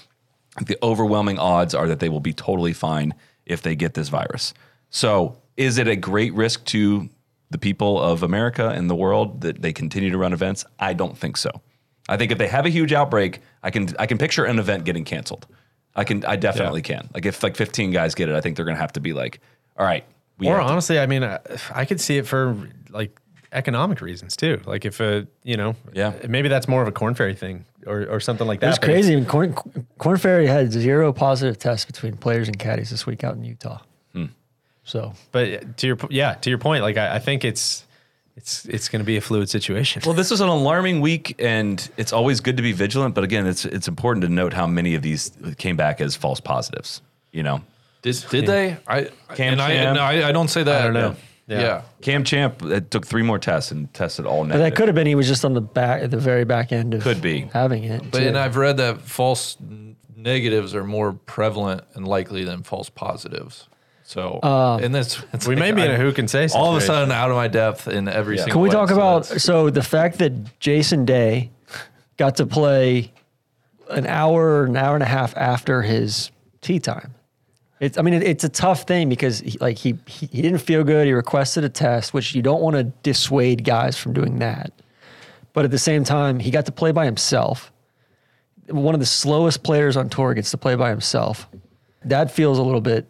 The overwhelming odds are that they will be totally fine if they get this virus. So, is it a great risk to the people of America and the world that they continue to run events? I don't think so. I think if they have a huge outbreak, I can I can picture an event getting canceled. I can I definitely can. Like if like 15 guys get it, I think they're going to have to be like, all right, we or have to- honestly, I mean, I, I could see it for like economic reasons too. Like if a, you know, Yeah. maybe that's more of a corn fairy thing or, or something like that. That's but it's- crazy. And Corn, Corn Ferry had zero positive tests between players and caddies this week out in Utah. So But to your, po- yeah, to your point, like I, I think it's, it's, it's going to be a fluid situation. Well, this was an alarming week, and it's always good to be vigilant. But again, it's it's important to note how many of these came back as false positives. You know, Did, did they? I Cam and I, Champ. and I I don't say that. I don't know. Yeah. Yeah. Cam Champ uh, took three more tests and tested all but negative. that could have been he was just on the back at the very back end of Could be. having it. But too. and I've read that false n- negatives are more prevalent and likely than false positives. So Uh, and that's we may be in a who can say all of a situation. sudden out of my depth in every single. Can we way, talk so about that's- so the fact that Jason Day got to play an hour, an hour and a half after his tea time? It's, I mean, it, it's a tough thing because he, like he, he he didn't feel good. He requested a test, which you don't want to dissuade guys from doing that. But at the same time, he got to play by himself. One of the slowest players on tour gets to play by himself. That feels a little bit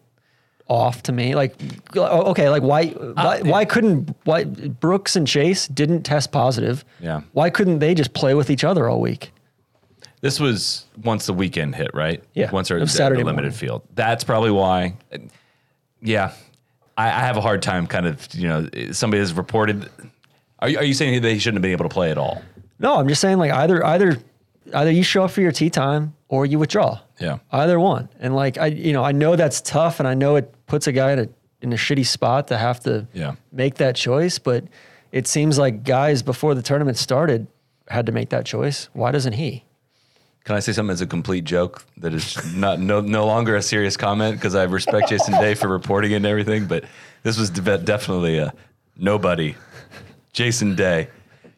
off to me. Like, oh, okay, like why, why, why couldn't why Brooks and Chase didn't test positive? Yeah. Why couldn't they just play with each other all week? this was once the weekend hit, right? Yeah. Once It our was the, Saturday the limited morning. field. That's probably why. Uh, Yeah, I, I have a hard time. Kind of, you know, somebody has reported. Are you, are you saying they shouldn't have been able to play at all? No, I'm just saying like either either either you show up for your tea time or you withdraw. Yeah. Either one. And like I you know, I know that's tough and I know it puts a guy in a in a shitty spot to have to Yeah. make that choice, but it seems like guys before the tournament started had to make that choice. Why doesn't he? Can I say something as a complete joke that is not no no longer a serious comment because I respect Jason Day for reporting it and everything, but this was de- definitely a nobody. Jason Day,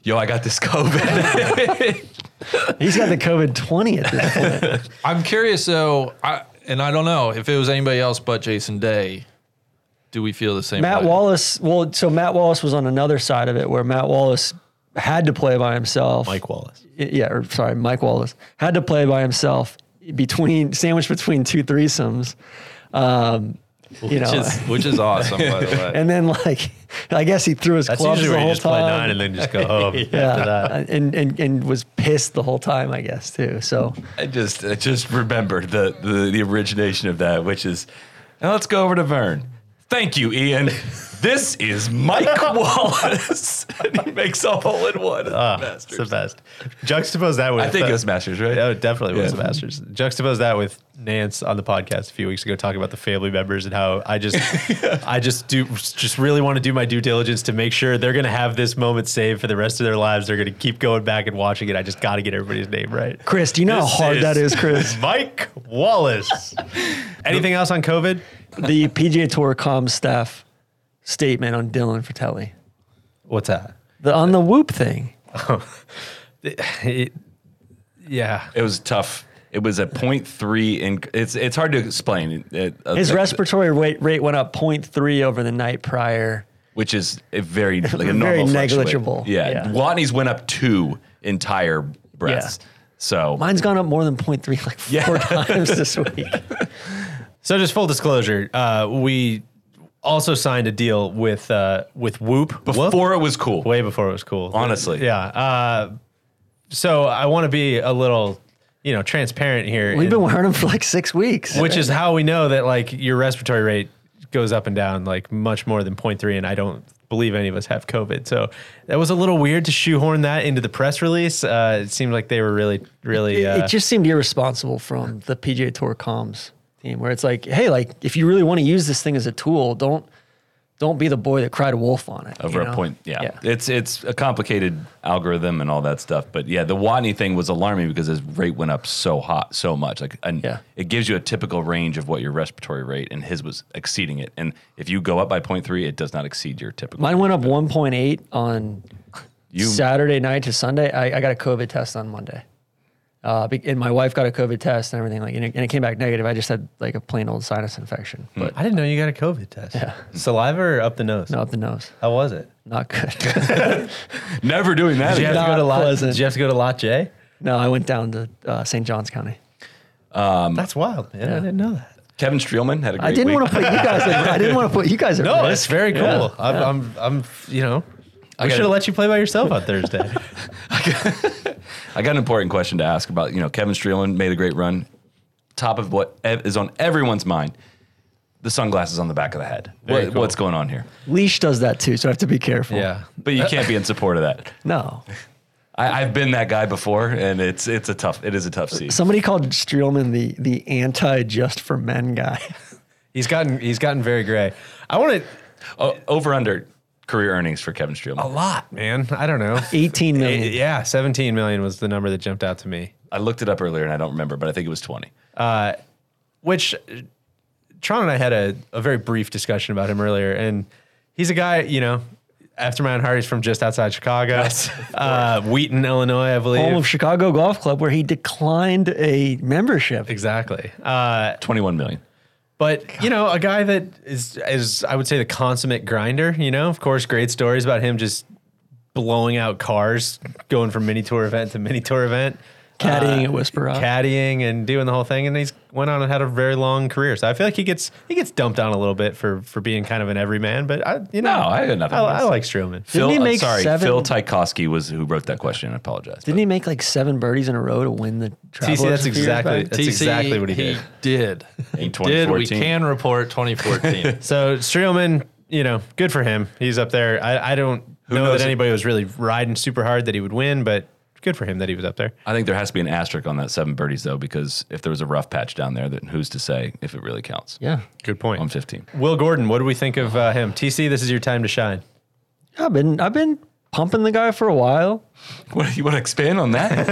yo, I got this COVID. He's got the COVID twenty at this point. I'm curious though, I, and I don't know if it was anybody else but Jason Day. Do we feel the same? Matt way? Wallace. Well, so Matt Wallace was on another side of it where Matt Wallace had to play by himself. Mike Wallace. yeah, or sorry, Mike Wallace had to play by himself between sandwiched between two threesomes. Um, you know, which is which is awesome by the way. and then like I guess he threw his That's clubs the usually where you whole just play nine time. and then just go home after that. yeah, uh, and, and and was pissed the whole time, I guess too. So I just I just remember the, the the origination of that, which is now let's go over to Vern. Thank you, Ian. This is Mike Wallace. and he makes a hole in one. It's the best. Juxtapose that with I think the- it was Masters, right? Oh, it definitely was Yeah. the Masters. Juxtapose that with Nance on the podcast a few weeks ago talking about the family members and how I just I just do just really want to do my due diligence to make sure they're gonna have this moment saved for the rest of their lives. They're gonna keep going back and watching it. I just gotta get everybody's name right. Chris, do you know This how hard that is, Chris? Mike Wallace. Anything else on COVID? the PGA Tour comm staff statement on Dylan Fratelli. What's that? The on the whoop thing. yeah. It was tough. It was a 0.3 in it's it's hard to explain. It, uh, His that- respiratory rate, rate went up 0.3 over the night prior. which is a very like a normal Very fluctuate. negligible. Yeah. Yeah. Watney's went up two entire breaths. Yeah. So Mine's gone up more than 0.3 like four times this week. So just full disclosure, uh, we also signed a deal with uh, with Whoop before Whoop? it was cool. way before it was cool. Honestly. yeah. Uh, so I want to be a little, you know, transparent here, We've and- been wearing them for like six weeks. which is how we know that like your respiratory rate goes up and down like much more than 0.3, and I don't believe any of us have COVID. So that was a little weird to shoehorn that into the press release. Uh, it seemed like they were really, really. It- Uh, it just seemed irresponsible from the PGA Tour comms team, where it's like, hey, like if you really want to use this thing as a tool, don't don't be the boy that cried wolf on it. over you a know? point. Yeah. it's it's a complicated algorithm and all that stuff. But yeah, the Watney thing was alarming because his rate went up so hot, so much. Like, and Yeah. it gives you a typical range of what your respiratory rate, and his was exceeding it. And if you go up by 0.3, it does not exceed your typical. Mine went up 1.8 on You- Saturday night to Sunday. I, I got a COVID test on Monday. Uh, be- and my wife got a COVID test and everything like, and it, and it came back negative. I just had like a plain old sinus infection, Hmm. but I didn't know you got a COVID test. Yeah. Saliva or up the nose? no, up the nose, How was it? not good. Never doing that. Did you, Again. have to go to Not lot, pleasant. did you have to go to Lot J? no, I went down to uh, St. John's County. That's wild, man. I didn't know that. Kevin Streelman had a great I didn't week. want to put you guys. At, I didn't want to put you guys at No, risk. it's very cool. I'm, I'm, I'm, you know, I gotta- should have let you play by yourself on Thursday. I got an important question to ask about, you know, Kevin Streelman made a great run. Top of what ev- is on everyone's mind. The sunglasses on the back of the head. Very What, cool. What's going on here? Leash does that too, so I have to be careful. But you can't be in support of that. No. I, I've been that guy before, and it's it's a tough it is a tough seat. Somebody called Streelman the the anti just for men guy. he's gotten, he's gotten very gray. I want to O- over under career earnings for Kevin Streelman. a Oh. lot, man. I don't know. 18 million. Eight- yeah, 17 million was the number that jumped out to me, I looked it up earlier and I don't remember, but I think it was twenty. which uh, Tron and I had a, a very brief discussion about him earlier. And he's a guy, you know, after my own heart, he's from just outside Chicago, uh, Wheaton, Illinois, I believe. Home of Chicago Golf Club, where he declined a membership. exactly. Uh, Twenty one million. But you know, a guy that is is I would say the consummate grinder. You know, of course, great stories about him just blowing out cars, going from mini tour event to mini tour event, Uh, Caddying at Whisper Rock. caddying and doing the whole thing. And he's went on and had a very long career. So I feel like he gets he gets dumped on a little bit for for being kind of an everyman. But I, you know, No, I got nothing I, I against like Strowman. Phil, he uh, make sorry, seven- Phil Tykowski was who wrote that question. I apologize. Didn't he make like seven birdies in a row to win the TC, Travelers that's a few years exactly back? that's exactly what he, did. did. In He did. We 2014. can report 2014. So Streelman, you know, good for him. He's up there. I, I don't know knows it? that anybody was really riding super hard that he would win, but good for him that he was up there. I think there has to be an asterisk on that seven birdies though, because if there was a rough patch down there, then who's to say if it really counts? Yeah. Good on point. fifteen. Will Gordon, what do we think of uh, him? TC, this is your time to shine. I've been I've been pumping the guy for a while. What you want to expand on that?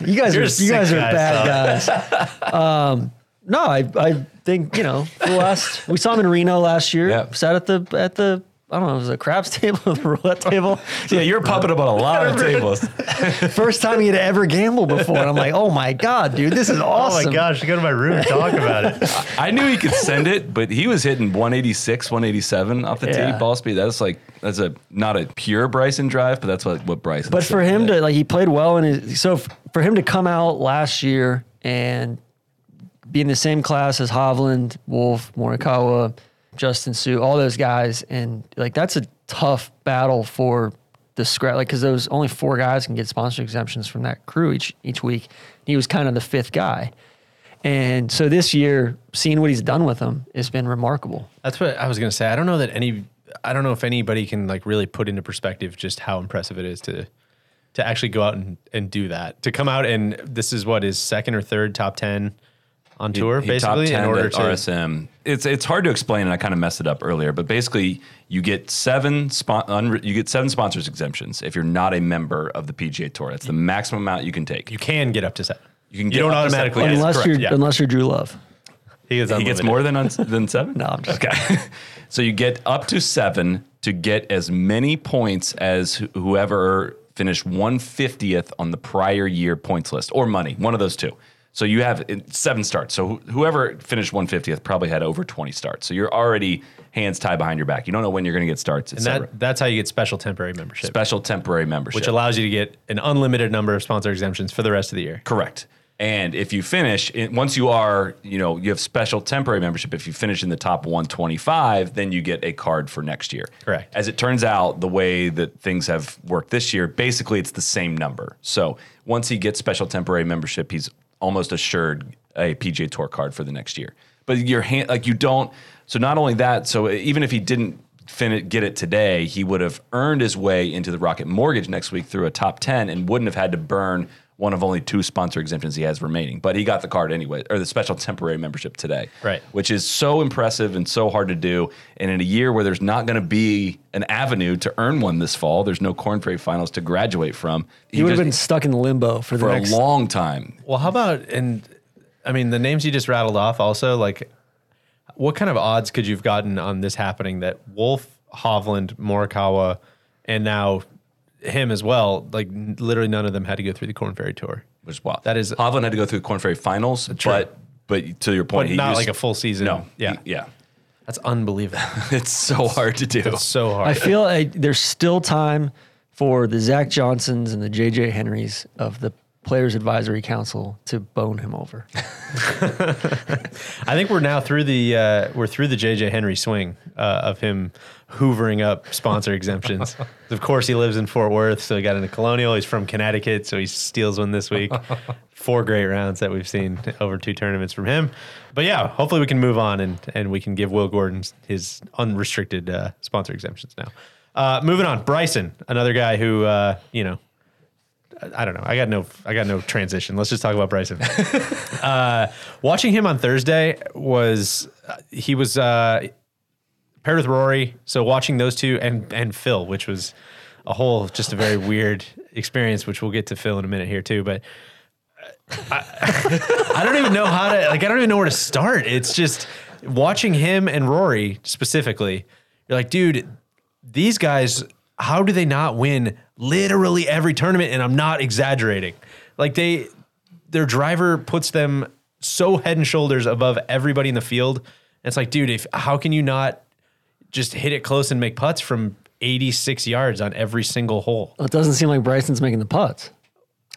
You guys You're are a you guys sick are guy, bad guys. Um, no, I I think you know the last we saw him in Reno last year. Yeah. Sat at the at the I don't know it was a craps table, the roulette table. yeah, you're pumping up on a lot of tables. First time he had ever gambled before, and I'm like, oh my god, dude, this is Oh awesome. gosh, go to my room and talk about it. I knew he could send it, but he was hitting 186, 187 off the Yeah. tee ball speed. That's like that's a not a pure Bryson drive, but that's what what Bryson. But for him to like, he played well, and his, so f- for him to come out last year and be in the same class as Hovland, Wolf, Morikawa, Justin Sue, all those guys, and like that's a tough battle for the scratch, like because those only four guys can get sponsor exemptions from that crew each each week. He was kind of the fifth guy, And so this year, seeing what he's done with them has been remarkable. That's what I was gonna say. I don't know that any. I don't know if anybody can like really put into perspective just how impressive it is to to actually go out and, and do that. To come out and this is what his second or third top ten on tour, He top basically, in 10'd order at to RSM. It's it's hard to explain, and I kind of messed it up earlier. But basically, you get seven spon- unre- you get seven sponsors exemptions if you're not a member of the PGA Tour. That's the maximum amount you can take. you can get up to seven. You can You get don't up to automatically. seven. get- unless correct, you're yeah. unless you're Drew Love. He, is he gets unlimited. more than un- than seven. No, I'm just okay. so you get up to seven to get as many points as wh- whoever finished one fiftieth on the prior year points list or money, one of those two. So you have uh, seven starts. So wh- whoever finished one fiftieth probably had over twenty starts. So you're already hands tied behind your back. You don't know when you're going to get starts. And It's that that's how you get special temporary membership, special temporary membership, which allows you to get an unlimited number of sponsor exemptions for the rest of the year. Correct. And if you finish, it, once you are, you know, you have special temporary membership. If you finish in the top 125, then you get a card for next year. Correct. As it turns out, the way that things have worked this year, basically it's the same number. So once he gets special temporary membership, he's almost assured a PGA Tour card for the next year. But your hand, like you don't. So not only that, so even if he didn't fin- get it today, he would have earned his way into the Rocket Mortgage next week through a top 10 and wouldn't have had to burn one of only two sponsor exemptions he has remaining. But he got the card anyway, or the special temporary membership today. Right. Which is so impressive and so hard to do. And in a year where there's not going to be an avenue to earn one this fall, there's no Corn Ferry finals to graduate from. He, would have just- been stuck in limbo for the for next. a long time. Well, how about and I mean the names you just rattled off also like what kind of odds could you've gotten on this happening that Wolf, Hovland, Morikawa and now him as well, like n- literally none of them had to go through the Corn Ferry tour. Which is wild. That is- Hovland had to go through the Corn Ferry finals, but but to your point, But he not used- like a full season. No, Yeah. he- yeah. That's unbelievable. It's so hard to do. It's so hard. I feel like there's still time for the Zach Johnsons and the JJ Henrys of the Players Advisory Council to bone him over. I think we're now through the uh, we're through the JJ Henry swing uh, of him hoovering up sponsor exemptions. of course, he lives in Fort Worth, so he got into Colonial. He's from Connecticut, so he steals one this week. Four great rounds that we've seen over two tournaments from him. But yeah, hopefully we can move on and and we can give Will Gordon his unrestricted uh, sponsor exemptions now. Uh, moving on, Bryson, another guy who uh, you know. I- I don't know. I got no. I got no transition. Let's just talk about Bryson. Watching him on Thursday was uh, he was uh, paired with Rory, so watching those two and and Phil, which was a whole just a very weird experience, which we'll get to Phil in a minute here too. But uh, I, I don't even know how to like I don't even know where to start. It's just watching him and Rory specifically. You're like, dude, these guys. How do they not win literally every tournament? And I'm not exaggerating. Like they their driver puts them so head and shoulders above everybody in the field. And it's like, dude, if how can you not just hit it close and make putts from 86 yards on every single hole? It doesn't seem like Bryson's making the putts.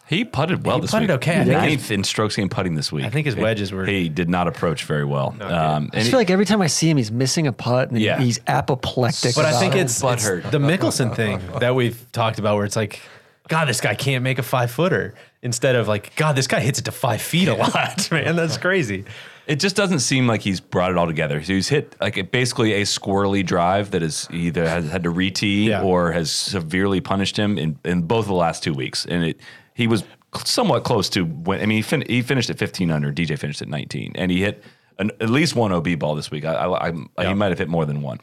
He putted well. He this putted week. okay. I think Ninth in strokes gained putting this week. I think his wedges were- He did not approach very well. um, I and just feel like every time I see him, he's missing a putt and Yeah. he's apoplectic. But I about think it. it's, it's butthurt. the Mickelson thing that we've talked about where it's like, God, this guy can't make a five footer. Instead of like, God, this guy hits it to five feet a lot, man. That's crazy. it just doesn't seem like he's brought it all together. So he's hit like a, basically a squirrely drive that is either has had to re tee Yeah. or has severely punished him in, in both of the last two weeks. And it he was cl- somewhat close to when I mean he, fin- he finished at 15 under. DJ finished at 19, and he hit an, at least one OB ball this week. I, I, I, He might have hit more than one.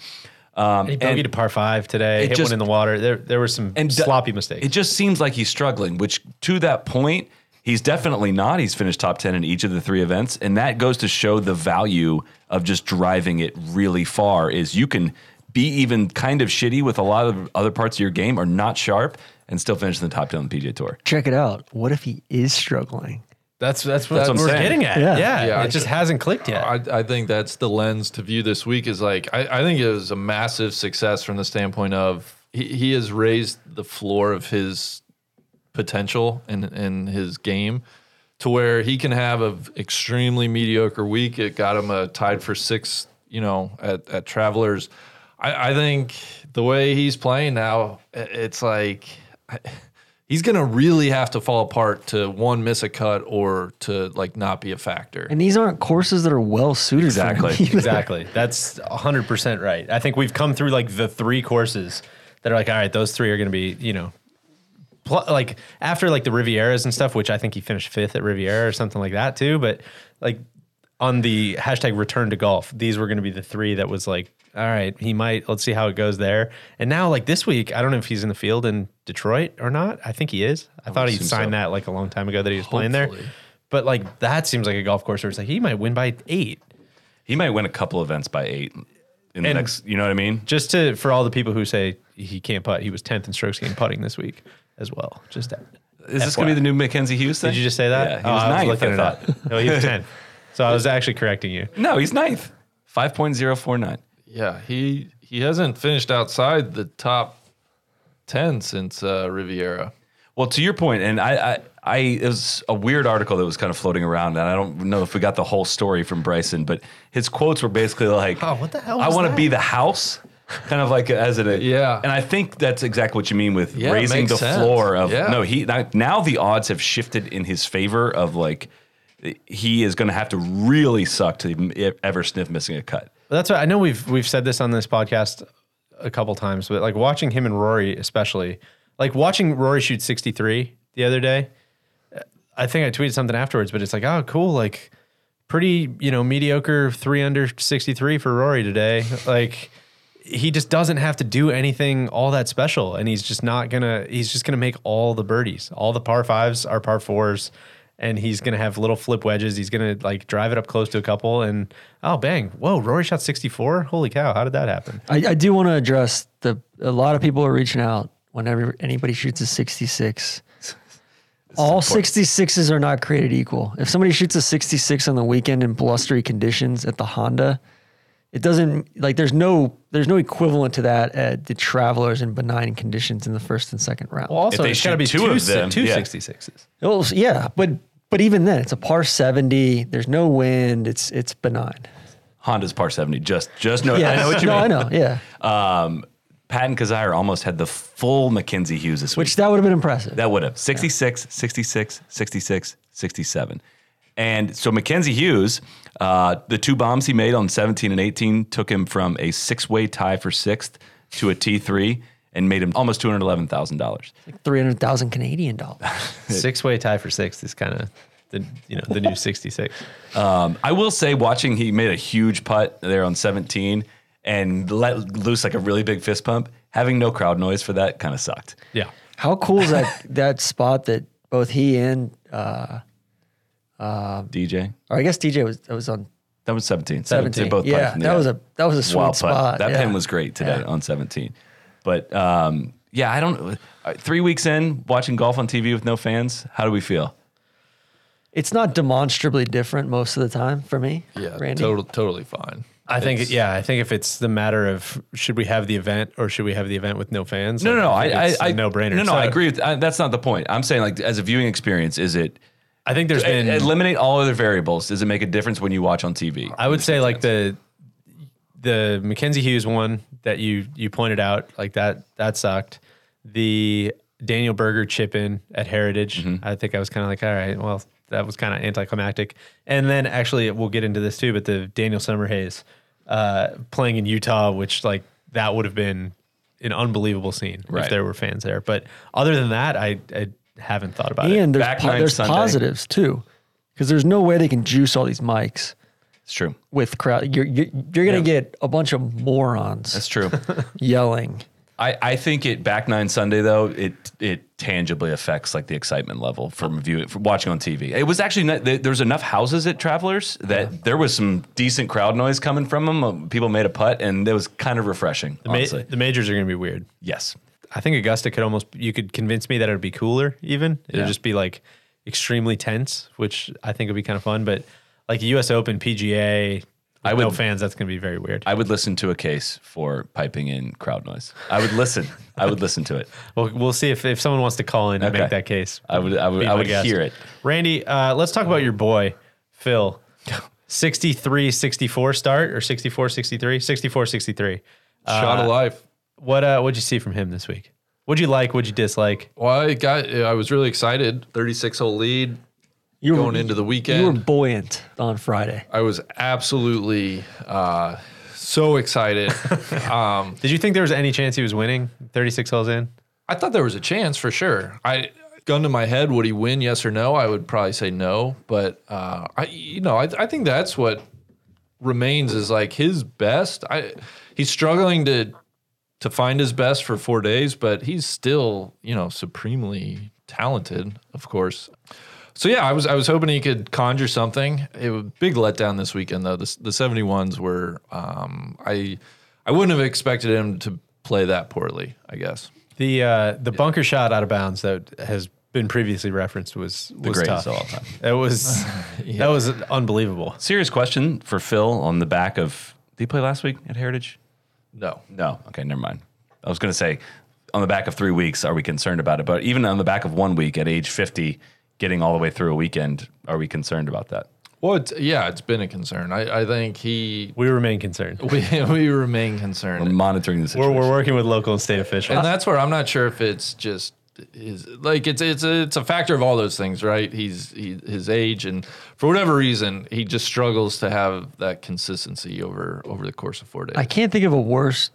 Um, He bogeyed and- to par five today, It hit just- one in the water. There, there were some and do- sloppy mistakes. It just seems like he's struggling, which to that point, he's definitely not. He's finished top 10 in each of the three events. And that goes to show the value of just driving it really far is you can be even kind of shitty with a lot of other parts of your game or not sharp and still finish in the top 10 on the PGA Tour. check it out. What if he is struggling? That's that's what That's what I'm we're saying. getting at. Yeah. Yeah. Yeah, it just hasn't clicked yet. I, I think that's the lens to view this week is like I, I think it was a massive success from the standpoint of he, he has raised the floor of his potential and and his game to where he can have an extremely mediocre week. It got him a tied for sixth, you know, at, at Travelers. I, I think the way he's playing now, i- it's like he's going to really have to fall apart to one miss a cut or to like not be a factor. And these aren't courses that are well suited. Exactly. For him. Exactly. That's 100% right. I think we've come through like the three courses that are like, all right, those three are going to be, you know, pl- like after like the Rivieras and stuff, which I think he finished fifth at Riviera or something like that too. But like on the hashtag return to golf, these were going to be the three that was like, all right, he might, let's see how it goes there. And now like this week, I don't know if he's in the field in Detroit or not. I think he is. I, thought he assume signed so. that like a long time ago that he was playing there. Hopefully. But like that seems like a golf course where it's like he might win by eight. He might win a couple events by eight in the And- next. You know what I mean? just to for all the people who say he can't putt, he was tenth in strokes game putting this week as well. Just that. Is this going to be the new Mackenzie Hughes thing? Did you just say that? Yeah, he Oh, was I ninth. looking I it thought. up. No, he was tenth. So I was actually correcting you. No, he's ninth. Five point zero four nine. Yeah, he he hasn't finished outside the top ten since uh, Riviera. Well, to your point, and I, I, I, it was a weird article that was kind of floating around, and I don't know if we got the whole story from Bryson, but his quotes were basically like, Oh, what the hell I was want to that?" be the house." Kind of like as an Yeah. and I think that's exactly what you mean with Yeah, it raising makes the sense. floor of Yeah. no. He now- now the odds have shifted in his favor of like he is going to have to really suck to even e- ever sniff missing a cut. But that's what I know. We've we've said this on this podcast a couple times, but like watching him and Rory, especially like watching Rory shoot sixty three the other day. I think I tweeted something afterwards, but it's like, oh, cool, like pretty, you know, mediocre three under sixty three for Rory today. Like he just doesn't have to do anything all that special, and he's just not gonna. He's just gonna make all the birdies. All the par fives are par fours, and he's gonna have little flip wedges. He's gonna like drive it up close to a couple, and oh bang, whoa, Rory shot sixty four. Holy cow, how did that happen? I, I do want to address the. A lot of people are reaching out whenever anybody shoots a 66. All 66s are not created equal. If somebody shoots a 66 on the weekend in blustery conditions at the Honda, it doesn't like there's no there's no equivalent to that at the Travelers in benign conditions in the first and second round. Well, also they it's gotta shoot be two of them, two yeah. sixty sixes. Well, yeah, but but even then, it's a par 70. There's no wind. It's it's benign. Honda's par seventy. Just, just no. Yeah, I know what you no, mean. I know. Yeah, Um, Patton Kazire almost had the full Mackenzie Hughes this week. which that would have been impressive. That would have 66, 66, 66, 67. And so Mackenzie Hughes, uh, the two bombs he made on 17 and 18 took him from a six way tie for sixth to a T3 and made him almost $211,000. Three hundred thousand Canadian dollars. Six way tie for sixth is kind of the you know the new sixty six. Um, I will say, watching, he made a huge putt there on 17 and let loose like a really big fist pump. Having no crowd noise for that kind of sucked. Yeah. How cool is that that spot that both he and uh, DJ? or I guess DJ was was on That was 17. seventeen. They both putted yeah, from the that was edge. a that was a sweet wild putt. spot. That yeah. pin was great today on 17. But um, yeah, I don't. uh, Three weeks in, watching golf on TV with no fans, how do we feel? It's not demonstrably different most of the time for me. Yeah, Randy. total, totally fine. I think, It's- yeah, I think if it's the matter of should we have the event or should we have the event with no fans? No, no, no. like, I, I, it's a I no-brainer. No, no, So I agree with. I, that's not the point. I'm saying like as a viewing experience, is it e, I think there's been. eliminate all other variables? Does it make a difference when you watch on TV? I would say like the the Mackenzie Hughes one that you you pointed out, like that that sucked. The Daniel Berger chip in at Heritage, Mm-hmm. I think I was kind of like, all right, well, that was kind of anticlimactic. And then actually, we'll get into this too, but the Daniel Summerhays uh, playing in Utah, which like that would have been an unbelievable scene Right. if there were fans there. But other than that, I, I haven't thought about it. and there's Back po- nine there's Sunday. positives too, because there's no way they can juice all these mics it's true. with crowd. You're you're, you're gonna Yeah. get a bunch of morons That's true. yelling. I, I think it back nine Sunday though it it tangibly affects like the excitement level from viewing from watching on TV. It was actually not, there there was enough houses at Travelers that there was some decent crowd noise coming from them. Um, People made a putt and it was kind of refreshing. Ma- honestly, the majors are going to be weird. yes. I think Augusta could almost you could convince me that it would be cooler even. It Yeah. would just be like extremely tense, which I think would be kind of fun. But like US Open PGA with I would- no fans, that's gonna be very weird. I would listen to a case for piping in crowd noise. I would listen. I would listen to it. well we'll see if, if someone wants to call in and Okay. make that case. I would. I would. Be I my would guest. hear it. Randy, uh, let's talk about your boy, Phil. 63 64 start or 64 63 64 63 Shot of life. uh, what uh what'd you see from him this week What'd you like? What'd you dislike? Well, I got. I was really excited. Thirty-six hole lead. You Going into the weekend. You were buoyant on Friday. I was absolutely uh, so excited. um, Did you think there was any chance he was winning 36 holes in? I thought there was a chance for sure. I gun to my head, would he win? Yes or no? I would probably say no, but uh, I, you know, I, I think that's what remains is like his best. I he's struggling to to find his best for four days, but he's still you know supremely talented, of course. So yeah, I was I was hoping he could conjure something. It was a big letdown this weekend though. The the seventy ones were um, I I wouldn't have expected him to play that poorly. I guess. The uh, the bunker shot out of bounds that has been previously referenced was was greatest tough. of all time. That was that was unbelievable. Serious question for Phil on the back of. Did he play last week at Heritage? No, No. Okay, never mind. I was going to say, on the back of three weeks, are we concerned about it? But even on the back of one week at age 50, getting all the way through a weekend, are we concerned about that? Well, it's, yeah, it's been a concern. I, I think he We remain concerned. we, we remain We're concerned, monitoring the We're, situation. we're working with local and state officials. and that's where I'm not sure if it's just his like it's it's a, it's a factor of all those things, right? He's he, his age, and for whatever reason, he just struggles to have that consistency over over the course of four days. I can't think of a worse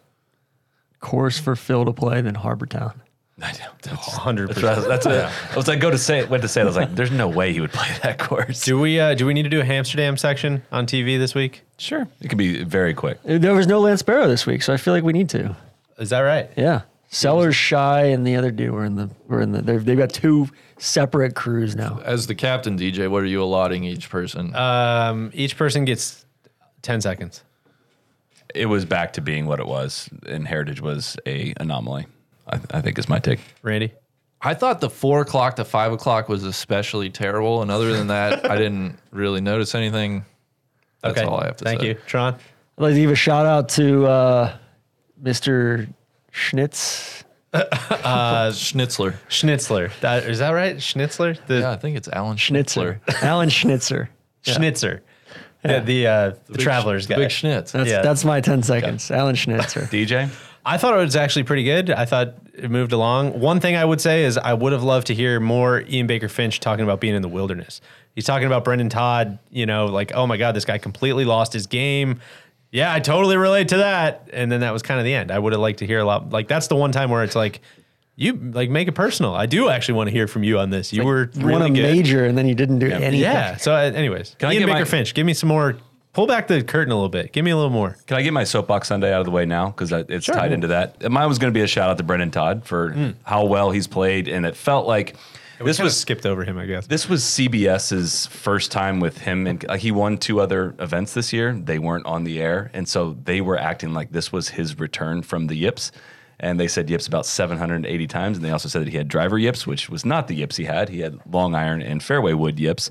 course for Phil to play than Harbor Town. I know. That's, 100%. that's, what I was- that's what I was like, go to say it, went to say it. I was like, there's no way he would play that course. Do we uh, do we need to do a Hamsterdam section on TV this week? Sure. It could be very quick. There was no Lance Barrow this week, so I feel like we need to. Is that right? Yeah. Sellers Shy and the other dude were in the were in the they've, they've got two separate crews now. As the captain, DJ, what are you allotting each person? Um, each person gets 10 seconds. It was back to being what it was, and Heritage was a anomaly. I, I think is my take. Randy? I thought the four o'clock to five o'clock was especially terrible, and other than that, I didn't really notice anything. That's all I have to Thank say. you. Tron? I'd like to give a shout out to uh, Mr. Schnitz. Schnitzler. Schnitzler. That, is that right? Schnitzler? The Yeah, I think it's Alan Schnitzler. Schnitzer. Alan Schnitzer. Schnitzer. The, the, uh, the, Travelers guy. Big Schnitz. That's Yeah. that's my ten seconds. Alan Schnitzer. DJ, I thought it was actually pretty good. I thought it moved along. One thing I would say is I would have loved to hear more Ian Baker Finch talking about being in the wilderness. He's talking about Brendan Todd, you know, like, oh my God, this guy completely lost his game. Yeah, I totally relate to that. And then that was kind of the end. I would have liked to hear a lot. Like, that's the one time where it's like, you like make it personal. I do actually want to hear from you on this. You were you really won a good. major and then you didn't do anything. Yeah. So, uh, anyways, I Ian get Baker my- Finch, give me some more. Pull back the curtain a little bit. Give me a little more. can I get my soapbox Sunday out of the way now because it's tied into that. And Mine was going to be a shout out to Brendan Todd for how well he's played, and it felt like this Kinda was skipped over him, I guess. this was CBS's first time with him, and like, he won two other events this year. They weren't on the air, and so they were acting like this was his return from the yips. And they said yips about 780 times, and they also said that he had driver yips, which was not the yips he had. He had long iron and fairway wood yips,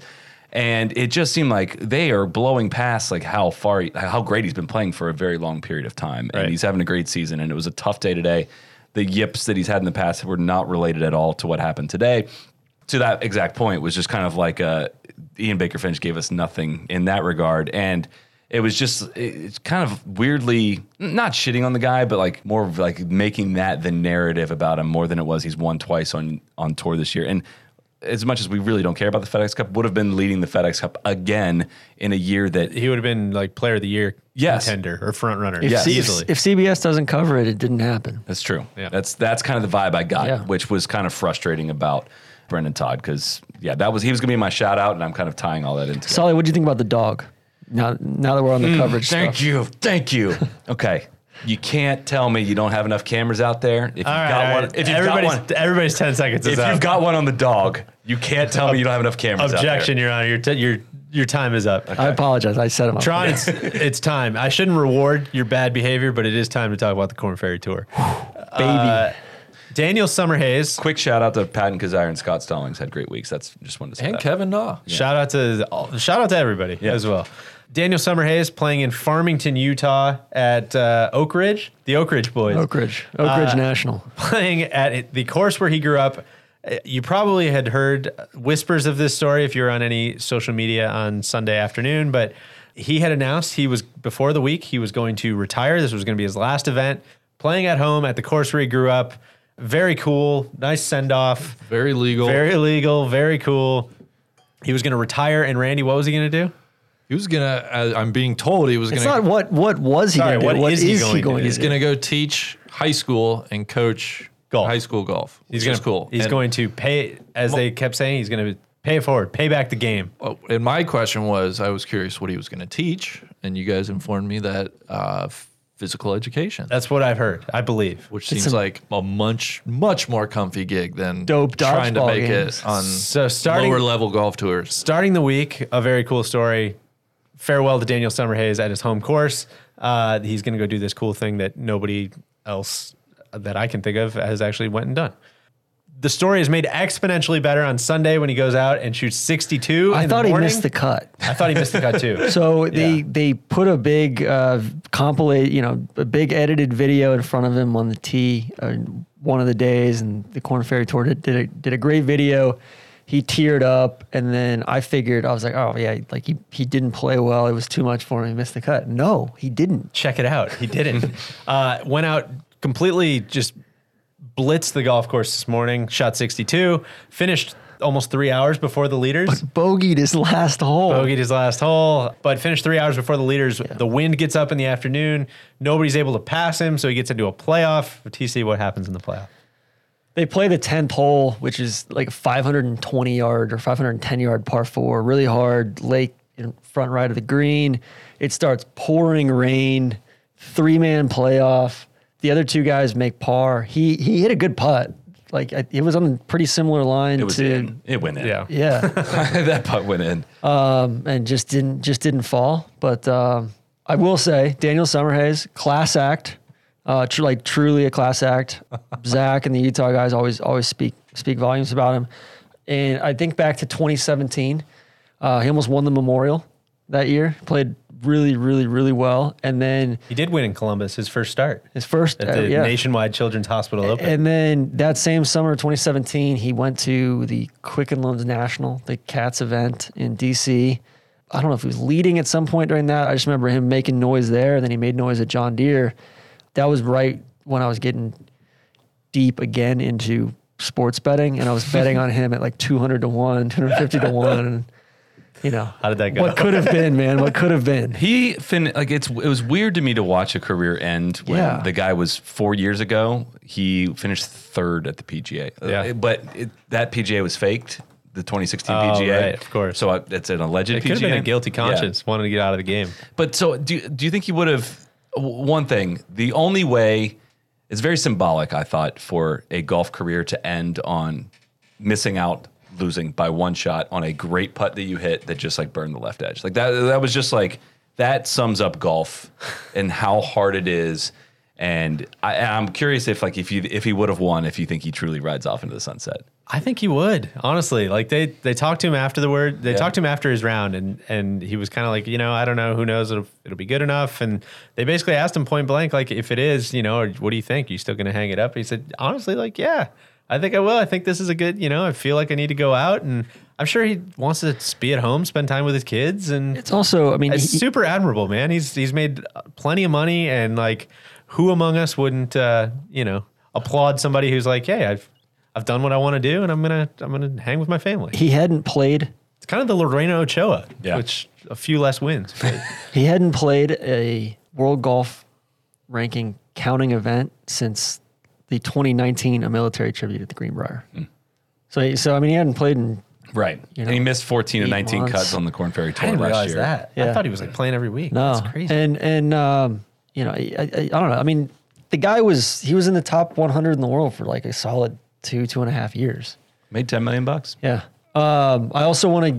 and it just seemed like they are blowing past like how far, he- how great he's been playing for a very long period of time, Right. and he's having a great season. And it was a tough day today. The yips that he's had in the past were not related at all to what happened today to that exact point was just kind of like uh, Ian Baker Finch gave us nothing in that regard, and it was just it- it's kind of weirdly not shitting on the guy, but like more of like making that the narrative about him more than it was. He's won twice on on tour this year, and as much as we really don't care about the FedEx Cup, would have been leading the FedEx Cup again in a year that he would have been like player of the year Yes. contender or front runner If, Yes. C- easily. if CBS doesn't cover it, it didn't happen. That's true. Yeah. That's that's kind of the vibe I got, Yeah. which was kind of frustrating about Brendan Todd because yeah, that was he was gonna be my shout out, and I'm kind of tying all that into. Solly, what do you think about the dog? Now, now that we're on the Mm, coverage, Thank stuff. you. Thank you. okay. You can't tell me you don't have enough cameras out there. If you've all right, got all one, right. if you've got everybody's, one, everybody's ten seconds. Is if up. you've got one on the dog, you can't tell me you don't have enough cameras objection, out Your Honor, your t- your your time is up. I apologize. I set him up. Tron, it's, it's time. I shouldn't reward your bad behavior, but it is time to talk about the Corn Ferry Tour. Uh, baby. Daniel Summerhays, there. Quick shout out to Patton Kazire and Scott Stallings had great weeks. That's just wanted to say And that. Kevin Na. shout out to all- shout out to everybody as well. Daniel Summerhays playing in Farmington, Utah at uh, Oak Ridge, the Oak Ridge boys. Oak Ridge, Oak Uh, Ridge National. playing at it- the course where he grew up. Uh, You probably had heard whispers of this story if you were on any social media on Sunday afternoon, but he had announced he was before the week he was going to retire. This was going to be his last event, playing at home at the course where he grew up. Very cool. Nice send off. Very legal. Very legal. Very cool. He was going to retire. And Randy, what was he going to do? he was gonna. Uh, I'm being told he was It's gonna. not what what was he Sorry, going to what do. What is is, he he going going to to do? he's gonna go teach high school and coach Golf. High school golf. He's which going is to cool. He's And- going to pay, as they kept saying, he's going to pay it forward, pay back the game. Oh, and my question was, I was curious what he was going to teach, and you guys informed me that uh, physical education, That's what I've heard. I believe. which seems a- like a much much more comfy gig than Dope trying to dodgeball make games. it on So starting lower level golf tours. starting the week, a very cool story. Farewell to Daniel Summerhays at his home course. Uh, he's going to go do this cool thing that nobody else that I can think of has actually went and done. The story is made exponentially better on Sunday when he goes out and shoots 62. I in the thought he morning. missed the cut. I thought he missed the cut too. So they Yeah. they put a big uh, compilate, you know, a big edited video in front of him on the tee uh, one of the days, and the Corn Ferry Tour did did a, did a great video. He teared up, and then I figured I was like, oh yeah, like he he didn't play well. It was too much for him. He missed the cut. No, he didn't. check it out. He didn't. uh, went out completely just blitzed the golf course this morning. Shot 62. Finished almost three hours before the leaders. Bogeyed his last hole. bogeyed his last hole, but finished three hours before the leaders. The wind gets up in the afternoon. Nobody's able to pass him, so he gets into a playoff. TC, what happens in the playoff? They play the tenth hole, which is like a 520 yard or 510 yard par four, really hard lake in front right of the green. It starts pouring rain, three man playoff. The other two guys make par. He he hit a good putt. Like I- it was on a pretty similar line It was to in. It went in. yeah, that putt went in. and just didn't just didn't fall. But um, I will say Daniel Summerhays, class act, uh, tr- like truly a class act. Zach and the Utah guys always always speak speak volumes about him. And I think back to 2017, uh, he almost won the Memorial that year. Played really really really well, and then He did win in Columbus, his first start his first at uh, the yeah. Nationwide Children's Hospital Open. And then that same summer, 2017, he went to the Quicken Loans National, the Cats event in DC. I don't know if he was leading at some point during that. I just remember him making noise there, and then he made noise at John Deere. That was right when I was getting deep again into sports betting, and I was betting on him at like 200 to 1, 250 to 1. And, you know, How did that go? What could have been, man? What could have been? He fin like it's it was weird to me to watch a career end when Yeah. the guy was four years ago. He finished third at the PGA. Yeah. Uh, but it, that PGA was faked. The 2016 Oh, PGA, right, of course. So I, it's an alleged it PGA. could have been a guilty Yeah. conscience, wanted to get out of the game. But so do do you think he would have w- one thing, the only way it's very symbolic I thought for a golf career to end on missing out losing by one shot on a great putt that you hit that just like burned the left edge. Like that that was just like that sums up golf and how hard it is. And I, and I'm curious if like if you if he would have won if you think he truly rides off into the sunset. I think he would honestly. Like they they talked to him after the word. They talked to him after his round, and and he was kind of like, you know, I don't know. Who knows? It'll, it'll be good enough. And they basically asked him point blank, like, if it is, you know, or what do you think? you still gonna hang it up? He said, honestly, like, yeah, I think I will. I think this is a good. You know, I feel like I need to go out, and I'm sure he wants to just be at home, spend time with his kids, and It's also, I mean, it's he- super admirable, man. He's he's made plenty of money, and like, who among us wouldn't, uh, you know, applaud somebody who's like, hey, I've I've done what I want to do, and I'm gonna I'm gonna hang with my family. he hadn't played It's kind of the Lorena Ochoa, Yeah. which a few less wins. but- He hadn't played a world golf ranking counting event since the 2019 a military tribute at the Greenbrier. So, he- so I mean, he hadn't played in. Right. and he missed 14 and eight 19 months. cuts on the Corn Ferry I Tour didn't last realize year. that. I Yeah. thought he was like playing every week. No, That's crazy. uh, and and um, you know, I, I, I don't know. I mean, the guy was he was in the top 100 in the world for like a solid two two and a half years. Made 10 million bucks. Yeah. Um, I also want to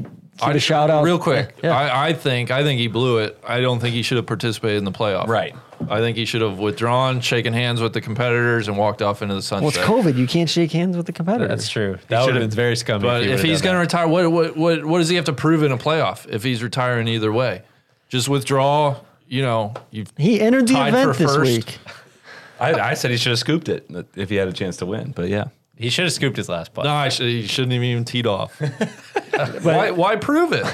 give a shout out real quick. Yeah. I, I think I think he blew it. I don't think he should have participated in the playoff. Right. I think he should have withdrawn, shaken hands with the competitors, and walked off into the sunset. well, it's COVID. You can't shake hands with the competitors. That's true. That would should've- have been very scummy. But he if would've he's done going to retire, what, what what what does he have to prove in a playoff if he's retiring either way? Just withdraw. You know, you've He entered the Tied event for this first. week. I, I said he should have scooped it if he had a chance to win. But yeah, that. he should have scooped his last putt. no, I should, he shouldn't have even teed off. why why prove it?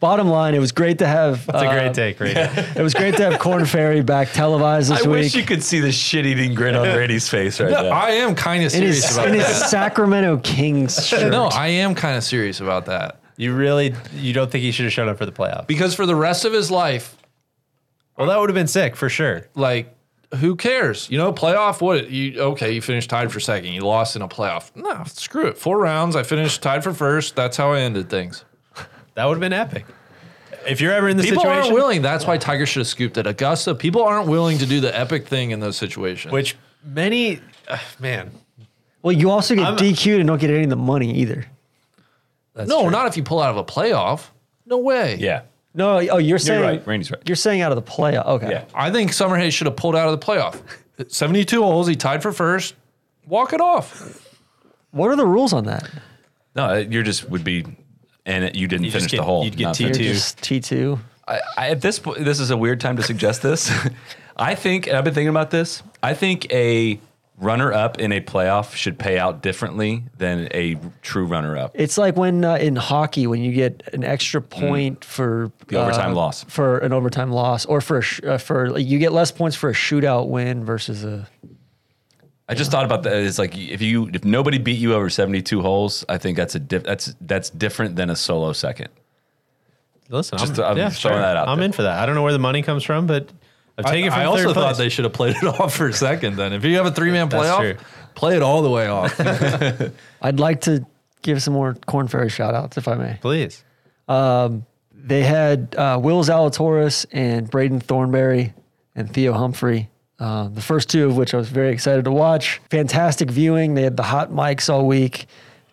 Bottom line, it was great to have. It's a uh, great take, right? It was great to have Corn Fairy back televised this I week wish you could see the shit-eating grin on Brady's face right No, now. I am kind of in serious his, about in his that. Sacramento Kings shirt. No, I am kind of serious about that You really you don't think he should have shown up for the playoff? because for the rest of his life, Well, that would have been sick for sure. like who cares? You know, playoff. What you okay? You finished tied for second. You lost in a playoff. No, screw it. Four rounds. I finished tied for first. That's how I ended things. That would have been epic. If you're ever in this People aren't situation, willing. That's why Tiger should have scooped at Augusta. People aren't willing to do the epic thing in those situations. which many uh, man, Well, you also get I'm- DQ'd and don't get any of the money either. no, not if you pull out of a playoff. No way. yeah. No, oh, you're saying right. Randy's right. You're saying out of the playoff. Okay. Yeah. I think Summer Hayes should have pulled out of the playoff. 72 holes. He tied for first. Walk it off. What are the rules on that? No, uh, you're just would be, and it, you didn't You just finish get- the hole. you'd get Not T2. You're finished. just T two. I, I, at this point, this is a weird time to suggest this. I think, and I've been thinking about this. I think a runner-up in a playoff should pay out differently than a true runner-up. It's like when uh, in hockey when you get an extra point for Mm. uh, The overtime loss. for an overtime loss or for a sh- uh, for like, you get less points for a shootout win versus a I just thought about that. It's like if you if nobody beat you over seventy two holes, I think that's a diff, that's that's different than a solo second. listen, Just- I'm, I'm yeah, throwing sure. that out I'm there. in for that. I don't know where the money comes from, but I've I, taken it from I also third thought place. they should have played it off for a second. Then, if you have a three-man That's playoff, true. play it all the way off. I'd like to give some more corn fairy shout outs if I may. Please, They had uh, Will Zalatoris and Braden Thornberry and Theo Humphrey. Uh, the first two of which I was very excited to watch. Fantastic viewing. They had the hot mics all week.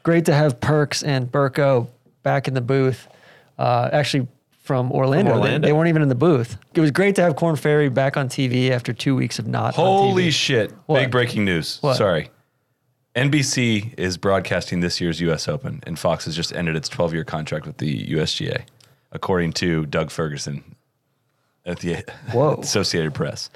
Great to have Perks and Burko back in the booth. Uh, actually, from Orlando. They- Orlando. They, weren't even in the booth. It was great to have Corn Ferry back on TV after two weeks of not. on Holy TV. shit! Big What? breaking news. What? Sorry. NBC is broadcasting this year's U.S. Open, and Fox has just ended its 12-year contract with the USGA, according to Doug Ferguson at the Whoa. Associated Press.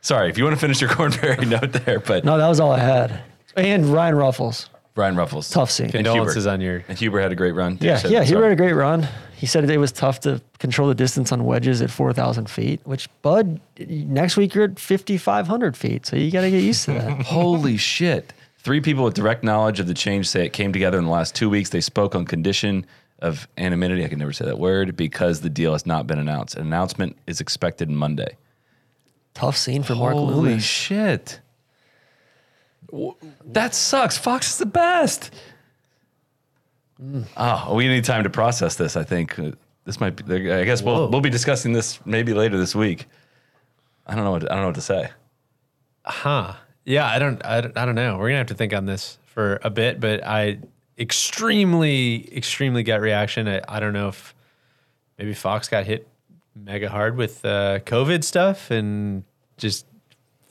Sorry, if you want to finish your corn fairy note there, but No, that was all I had. And Ryan Ruffles. Brian Ruffles, Tough scene. And condolences Huber. on your. And Huber had a great run. Yeah, So- yeah, he sorry. ran a great run. He said it was tough to control the distance on wedges at 4,000 feet, which, Bud, next week you're at 5,500 feet. So you got to get used to that. Holy shit. Three people with direct knowledge of the change say it came together in the last two weeks. They spoke on condition of anonymity. I can never say that word because the deal has not been announced. An announcement is expected Monday. tough scene for Mark Holy Loomis. shit. W- That sucks. Fox is the best. Oh, we need time to process this, I think. Uh, This might be, I guess we'll, we'll be discussing this maybe later this week. I don't know what, I don't know what to say. Huh? Yeah, I don't, I don't. I don't know. We're gonna have to think on this for a bit, but I extremely, extremely gut reaction. I, I don't know if maybe Fox got hit mega hard with uh, COVID stuff and just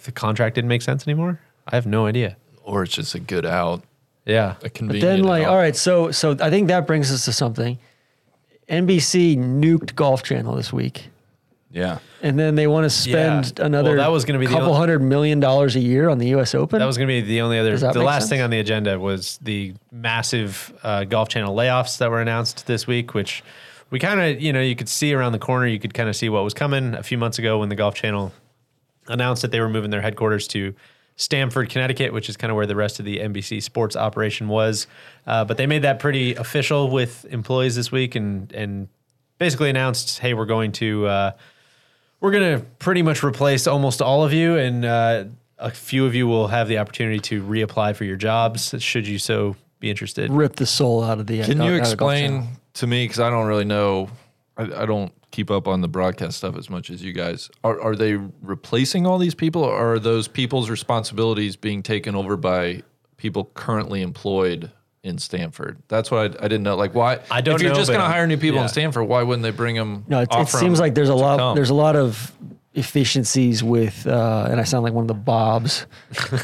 the contract didn't make sense anymore. I have no idea. or it's just a good out, Yeah. a convenient. But then, like, out. all right, so so I think that brings us to something. NBC nuked Golf Channel this week, Yeah. and then they want to spend Yeah. another Well, that was gonna be the couple only- hundred million dollars a year on the U.S. Open. That was going to be the only other. Does that The make last sense? thing on the agenda was the massive uh, Golf Channel layoffs that were announced this week, which we kind of, you know, you could see around the corner. You could kind of see what was coming a few months ago when the Golf Channel announced that they were moving their headquarters to Stamford, Connecticut, which is kind of where the rest of the NBC sports operation was. Uh, but they made that pretty official with employees this week and and basically announced, hey, we're going to. Uh, we're going to pretty much replace almost all of you, and uh, a few of you will have the opportunity to reapply for your jobs should you so be interested. rip the soul out of the. Can out you of Golf explain Channel. to me because I don't really know? I, I don't keep up on the broadcast stuff as much as you guys. Are are they replacing all these people, or are those people's responsibilities being taken over by people currently employed in Stanford? That's what I, I didn't know. Like, why? I don't If you're know, just but going to I'm- hire new people yeah. in Stanford, why wouldn't they bring them? No, it, it seems like there's a lot. There's a lot of efficiencies with, uh, and I sound like one of the Bobs,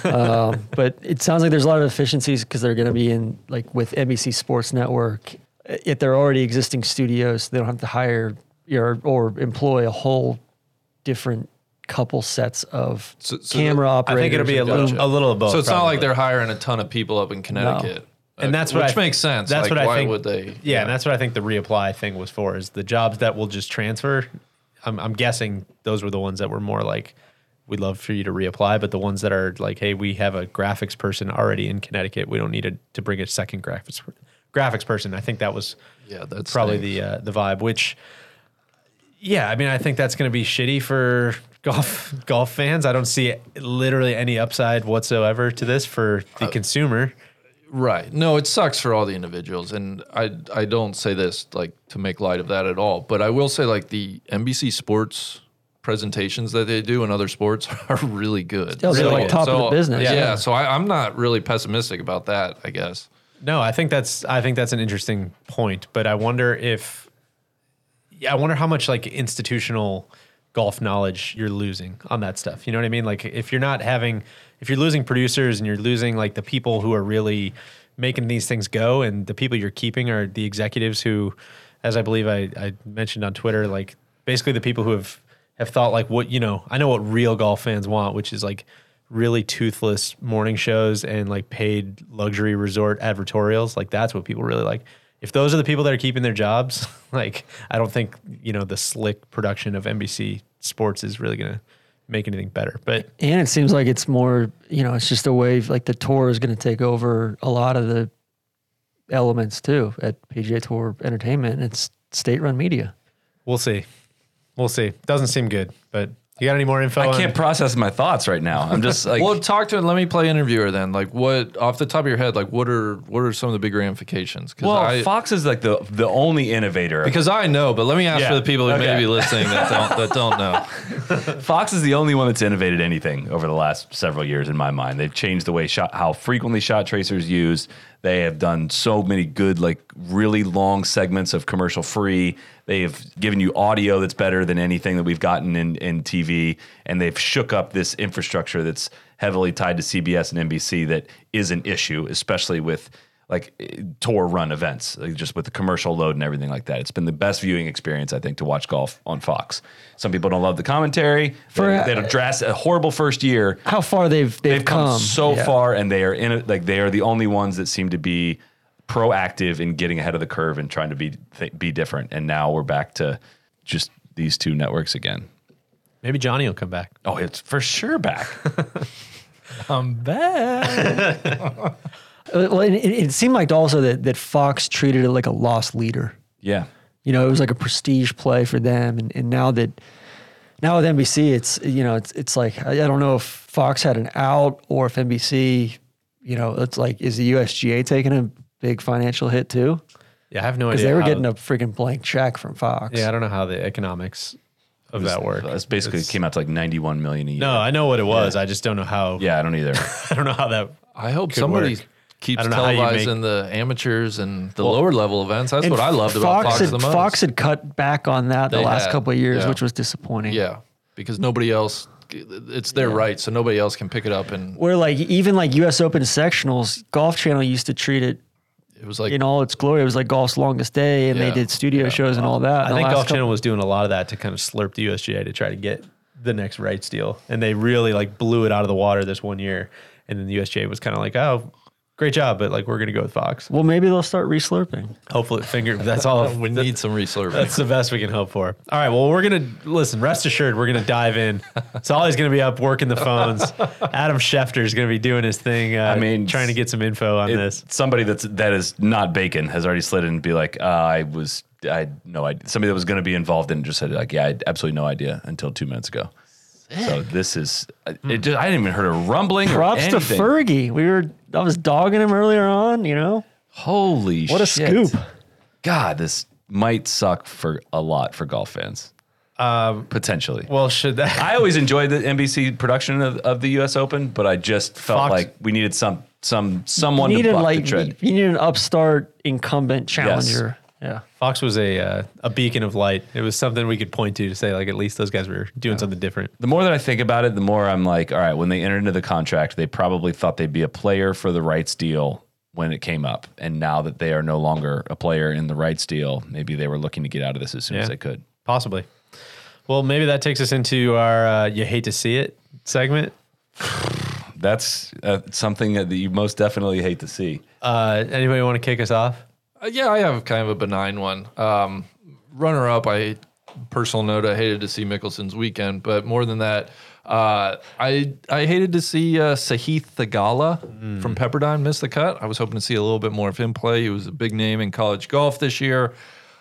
um, but it sounds like there's a lot of efficiencies because they're going to be in like with NBC Sports Network. uh, If they're already existing studios, they don't have to hire or, or employ a whole different couple sets of So- so camera I operators. think it'll be a and- little, Gotcha. a little above. so it's not probably. like they're hiring a ton of people up in Connecticut. and that's what Uh, which I- makes sense. That's Like, what I why think. would they- Yeah, and that's what I think the reapply thing was for is the jobs that will just transfer. I'm, I'm guessing those were the ones that were more like, we'd love for you to reapply, but the ones that are like, hey, we have a graphics person already in Connecticut. We don't need a, to bring a second graphics graphics person. I think that was Yeah, that's probably the the uh, the vibe. Which, yeah, I mean, I think that's going to be shitty for golf golf fans. I don't see literally any upside whatsoever to this for the consumer. Right. No, it sucks for all the individuals, and I I don't say this like to make light of that at all, but I will say like the NBC Sports presentations that they do in other sports are really good. Yeah, they're, like, top of the business. Yeah. Yeah. so I, I'm not really pessimistic about that. I guess. No, I think that's I think that's an interesting point, but I wonder if yeah, I wonder how much like institutional golf knowledge you're losing on that stuff. You know what I mean? Like if you're not having if you're losing producers and you're losing like the people who are really making these things go and the people you're keeping are the executives who as I believe I, I mentioned on Twitter, like basically the people who have have thought like what you know, I know what real golf fans want, which is like really toothless morning shows and like paid luxury resort advertorials. Like that's what people really like. If those are the people that are keeping their jobs, like I don't think you know the slick production of NBC Sports is really gonna make anything better. But And it seems like it's more, you know, it's just a wave. Like the tour is going to take over a lot of the elements too at PGA Tour Entertainment. and It's state-run media. we'll see, we'll see. Doesn't seem good. But you got any more info? I on- can't process my thoughts right now. I'm just like, well, talk to Let me play interviewer then. Like, what off the top of your head? Like, what are what are some of the big ramifications? 'Cause well, I, Fox is like the the only innovator. because I know, but let me ask Yeah. for the people who Okay. may be listening that don't that don't know. Fox is the only one that's innovated anything over the last several years, in my mind. They've changed the way shot, how frequently shot tracers used. They have done so many good, like really long segments of commercial free. They have given you audio that's better than anything that we've gotten in, in TV, and they've shook up this infrastructure that's heavily tied to CBS and NBC that is an issue, especially with like eh, tour run events, like just with the commercial load and everything like that. It's been the best viewing experience, I think, to watch golf on Fox. Some people don't love the commentary. For- they, they had a dras- a horrible first year. How far they've they've, They've come, so Yeah. far, and they are in it. Like they are the only ones that seem to be proactive in getting ahead of the curve and trying to be th- be different. And now we're back to just these two networks again. Maybe Johnny will come back. Oh, it's for sure back. Uh, Well, it, it it seemed like also that that Fox treated it like a lost leader. yeah. You know, it was like a prestige play for them, and, and now that now with NBC, it's you know, it's it's like I, I don't know if Fox had an out or if NBC, you know, it's like is the USGA taking a big financial hit too? Yeah, I have no idea. Because they were how- getting a freaking blank check from Fox. Yeah, I don't know how the economics of that work. It's basically It's- came out to like ninety one million a year. no, I know what it was. I just don't know how. Yeah, I don't either. I don't know how that. I hope could somebody work. keeps I don't know how you make- televising the amateurs and the lower level events. That's And what I loved about Fox had, the most. Fox had cut back on that the They last had, couple of years, yeah. which was disappointing. yeah, because nobody else, it's their right, so nobody else can pick it up, and Where like even like U.S. Open sectionals, Golf Channel used to treat it it was like in all its glory. It was like golf's longest day, and Yeah. they did studio shows and all that. I And the think last Golf couple- Channel was doing a lot of that to kind of slurp the USGA to try to get the next rights deal, and they really like blew it out of the water this one year. And then the USGA was kind of like, "Oh, great job, but like we're gonna go with Fox." Well, maybe they'll start reslurping. Hopefully, finger. That's all. we need some resurfacing. That's the best we can hope for. All right. Well, we're gonna listen. Rest assured, we're gonna dive in. Solly's gonna be up working the phones. Adam Schefter is gonna be doing his thing. Uh, I mean, trying to get some info on It- this. Somebody that's that is not bacon has already slid in and be like, uh, I was, I had no idea. Somebody that was going to be involved in it just said like, yeah, I had absolutely no idea until two minutes ago. So this is, it just, I didn't even heard a rumbling. or Hmm. Props to anything. Fergie. We were I was dogging him earlier on. You know Holy what a shit. scoop. God, this might suck for a lot for golf fans. Um, Potentially. Well, should that? I always enjoyed the NBC production of, of the U.S. Open, but I just felt Fox- like we needed some some You someone to needed buck the like you trend. needed an upstart incumbent challenger. Yeah. Fox was a uh, a beacon of light. It was something we could point to to say like at least those guys were doing something different. the more that I think about it, the more I'm like, all right, when they entered into the contract, they probably thought they'd be a player for the rights deal when it came up. And now that they are no longer a player in the rights deal, maybe they were looking to get out of this as soon as Yeah. they could. Possibly. Well, maybe that takes us into our uh, you hate to see it segment. that's uh, something that you most definitely hate to see. Uh, anybody want to kick us off? Uh, yeah, I have kind of a benign one. Um, runner up, I personal note, I hated to see Mickelson's weekend, but more than that, uh, I I hated to see uh, Sahith Thagala Hmm. from Pepperdine miss the cut. I was hoping to see a little bit more of him play. He was a big name in college golf this year.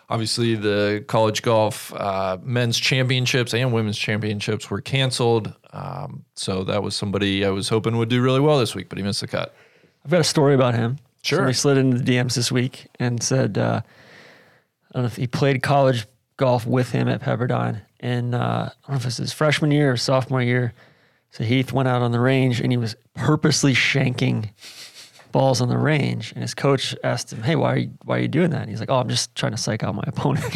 Obviously, the college golf uh, men's championships and women's championships were canceled. Um, so that was somebody I was hoping would do really well this week, but he missed the cut. I've got a story about him. Sure. Somebody slid into the DMs this week and said, uh, I don't know if he played college golf with him at Pepperdine. And uh, I don't know if it's his freshman year or sophomore year. So Heath went out on the range and he was purposely shanking balls on the range. And his coach asked him, Hey, why are you, why are you doing that? And he's like, Oh, I'm just trying to psych out my opponent.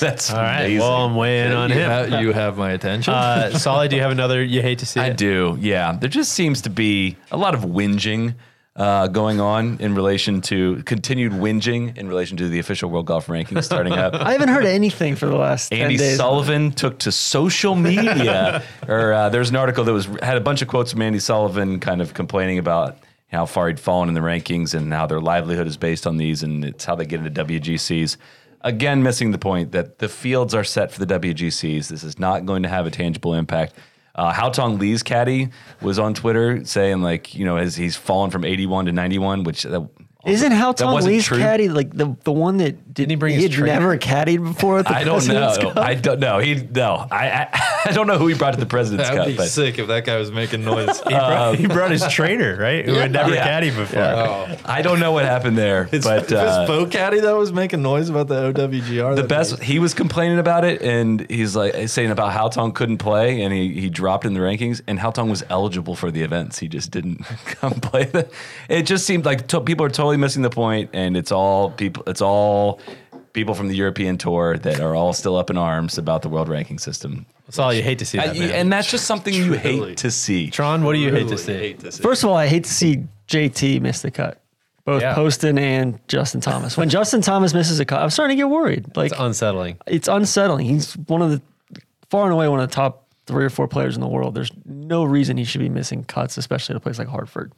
That's All right. amazing. Well, I'm weighing on You, him. ha- you have my attention. Uh, Solly, do you have another you hate to see? I it? do. Yeah. There just seems to be a lot of whinging uh, going on in relation to continued whinging in relation to the official World Golf Rankings starting up. I haven't heard anything for the last Andy 10 days. Sullivan took to social media, or uh, there's an article that was had a bunch of quotes from Andy Sullivan, kind of complaining about how far he'd fallen in the rankings and how their livelihood is based on these, and it's how they get into WGCs. Again, missing the point that the fields are set for the WGCs. This is not going to have a tangible impact. Uh, Hao Tong Lee's caddy was on Twitter saying, like, you know, as he's fallen from 81 to 91, which that, Isn't how that Tom wasn't Lee's true. caddy like the, the one that did he bring his had trainer? never caddied before at the I don't President's know. Cup? I don't know. He no. I, I I don't know who he brought to the President's That'd Cup. be but- sick if that guy was making noise. He Um, brought, he brought his trainer, right? Who had never Yeah. caddied before. Oh. I don't know what happened there, but uh, Bo Caddy that was making noise about the OWGR. the best he was complaining about it, and he's like he's saying about how Tong couldn't play, and he, he dropped in the rankings, and how Tong was eligible for the events, he just didn't come play. The, it just seemed like to, people are totally missing the point, and it's all people. It's all people from the European tour that are all still up in arms about the world ranking system, That's all you hate to see. That, Uh, you- man. and that's just something you hate to see. Tron, what do you hate to see? First of all, I hate to see JT miss the cut. Both Yeah. Poston and Justin Thomas. When Justin Thomas misses a cut, I'm starting to get worried. Like It's unsettling. it's unsettling. He's one of the far and away one of the top three or four players in the world. There's no reason he should be missing cuts, especially at a place like Hartford.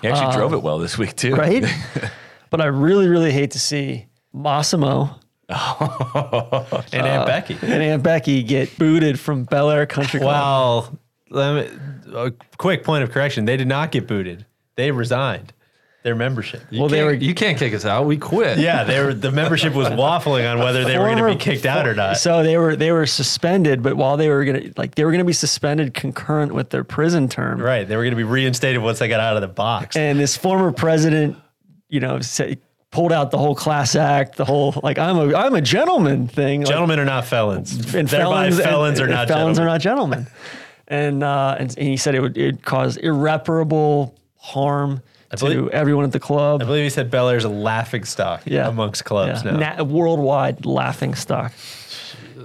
He actually drove it well this week too. Right? but I really, really hate to see Massimo And Uh, Aunt Becky. and Aunt Becky get booted from Bel Air Country Club. Well, let me, a quick point of correction: they did not get booted; they resigned their membership. Well, they were You can't kick us out. We quit. Yeah, they were, the membership was waffling on whether they were going to be Former- kicked out or not. So they were they were suspended, but while they were gonna like they were gonna be suspended concurrent with their prison term. Right, they were going to be reinstated once they got out of the box. And this former president, you know, sa pulled out the whole class act, the whole like I'm a I'm a gentleman thing. like, gentlemen are not felons. and Thereby, felons, and- felons are and not felons gentlemen. are not gentlemen. and, uh, and and he said it would it cause irreparable harm believe- to everyone at the club. I believe he said Bel Air's a laughing stock yeah. amongst clubs Yeah. now. Na- worldwide laughing stock.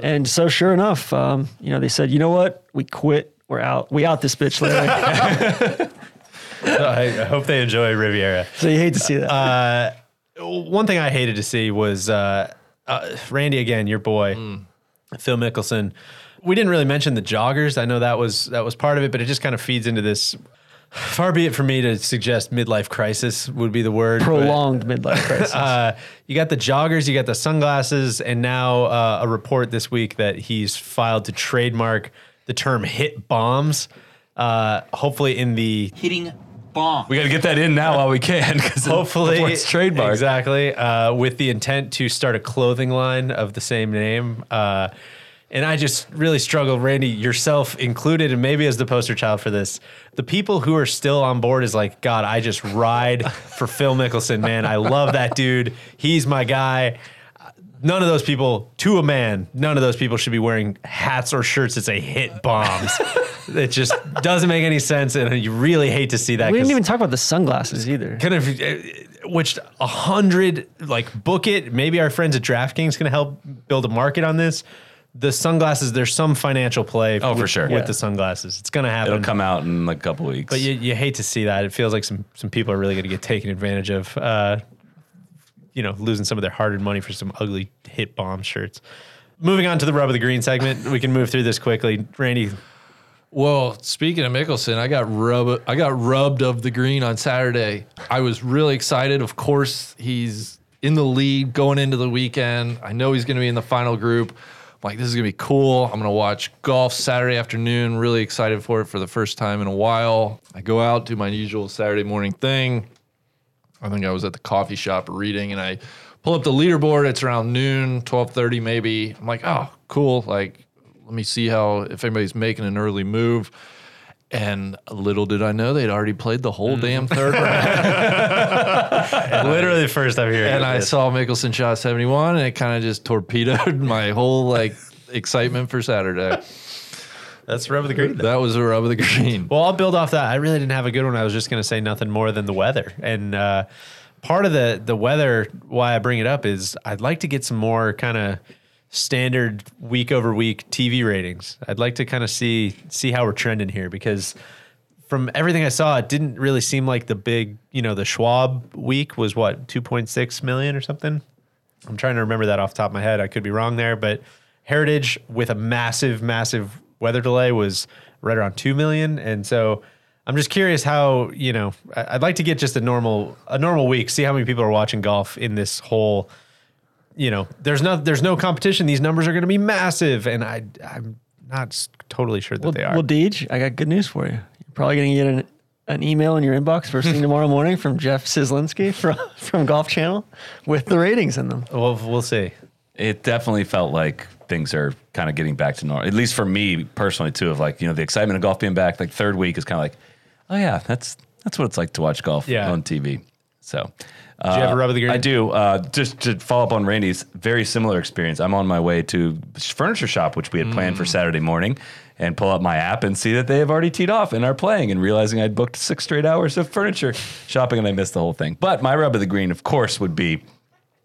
And so, sure enough, um, you know, they said, you know what? We quit. We're out. We out this bitch, Larry. I I hope they enjoy Riviera. so you hate to see that. Uh, one thing I hated to see was uh, uh, Randy again, your boy, Phil Mickelson. We didn't really mention the joggers. I know that was that was part of it, but it just kind of feeds into this. Far be it for me to suggest midlife crisis would be the word. but, Prolonged midlife crisis. Uh, you got the joggers, you got the sunglasses, and now uh, a report this week that he's filed to trademark the term "hit bombs." Uh, hopefully, in the We got to get that in now while we can because hopefully it's trademark. exactly uh, with the intent to start a clothing line of the same name uh, and i just really struggle randy yourself included and maybe as the poster child for this the people who are still on board is like god i just ride for phil mickelson man i love that dude he's my guy Uh, None of those people, to a man, none of those people should be wearing hats or shirts that say hit bombs. it just doesn't make any sense. And you really hate to see that. we didn't 'cause- even talk about the sunglasses either. kind of uh, which a hundred like book it. Maybe our friends at DraftKings can help build a market on this. The sunglasses, there's some financial play. Oh, for with- sure. with Yeah. the sunglasses, it's gonna happen. It'll come out in like a couple weeks. But you, you hate to see that. It feels like some some people are really gonna get taken advantage of. Uh, you know, losing some of their hard-earned money for some ugly hit bomb shirts. Moving on to the rub of the green segment, we can move through this quickly. Randy, Well, speaking of Mickelson, I got rub I got rubbed of the green on Saturday. I was really excited. Of course, he's in the lead going into the weekend. I know he's going to be in the final group. I'm like, this is going to be cool. I'm going to watch golf Saturday afternoon. Really excited for it for the first time in a while. I go out, do my usual Saturday morning thing. I think I was at the coffee shop reading and I pull up the leaderboard. It's around noon, 1230 maybe. I'm like, oh, cool. Like, let me see how, if anybody's making an early move. And little did I know they'd already played the whole damn third round. Literally the first time hearing And of I this. saw Mickelson shot 71 and it kind of just torpedoed my whole like excitement for Saturday. That's rub of the green. though. That was a rub of the green. Well, I'll build off that. I really didn't have a good one. I was just going to say nothing more than the weather. And uh, part of the the weather, why I bring it up is I'd like to get some more kind of standard week over week TV ratings. I'd like to kind of see see how we're trending here because from everything I saw, it didn't really seem like the big, you know, the Schwab week was what two point six million or something. I'm trying to remember that off the top of my head. I could be wrong there, but Heritage with a massive, massive weather delay was right around two million, and so I'm just curious how you know. I- I'd like to get just a normal a normal week, see how many people are watching golf in this whole. You know, there's no there's no competition. These numbers are going to be massive, and I I'm not s- totally sure that Well, they are. well, Deej, I got good news for you. You're probably going to get an, an email in your inbox first thing tomorrow morning from Jeff Sislinski from, from Golf Channel with the ratings in them. Well, we'll see. it definitely felt like things are kind of getting back to normal. At least for me personally, too, of like, you know, the excitement of golf being back, like third week is kind of like, oh yeah, that's that's what it's like to watch golf Yeah. on TV. So you have a rub of the green? I do. Uh, just to follow up on Randy's very similar experience, I'm on my way to furniture shop, which we had planned Mm. for Saturday morning, and pull up my app and see that they have already teed off and are playing, and realizing I'd booked six straight hours of furniture shopping and I missed the whole thing. But my rub of the green, of course, would be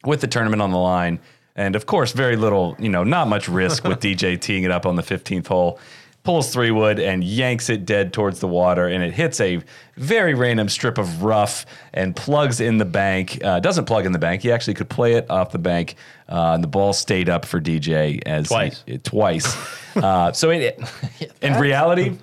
with the tournament on the line. And of course, very little, you know, not much risk with DJ teeing it up on the 15th hole. Pulls three wood and yanks it dead towards the water, and it hits a very random strip of rough and plugs in the bank. Uh, doesn't plug in the bank. He actually could play it off the bank, uh, and the ball stayed up for DJ as Twice. it- twice. uh, so it, in reality,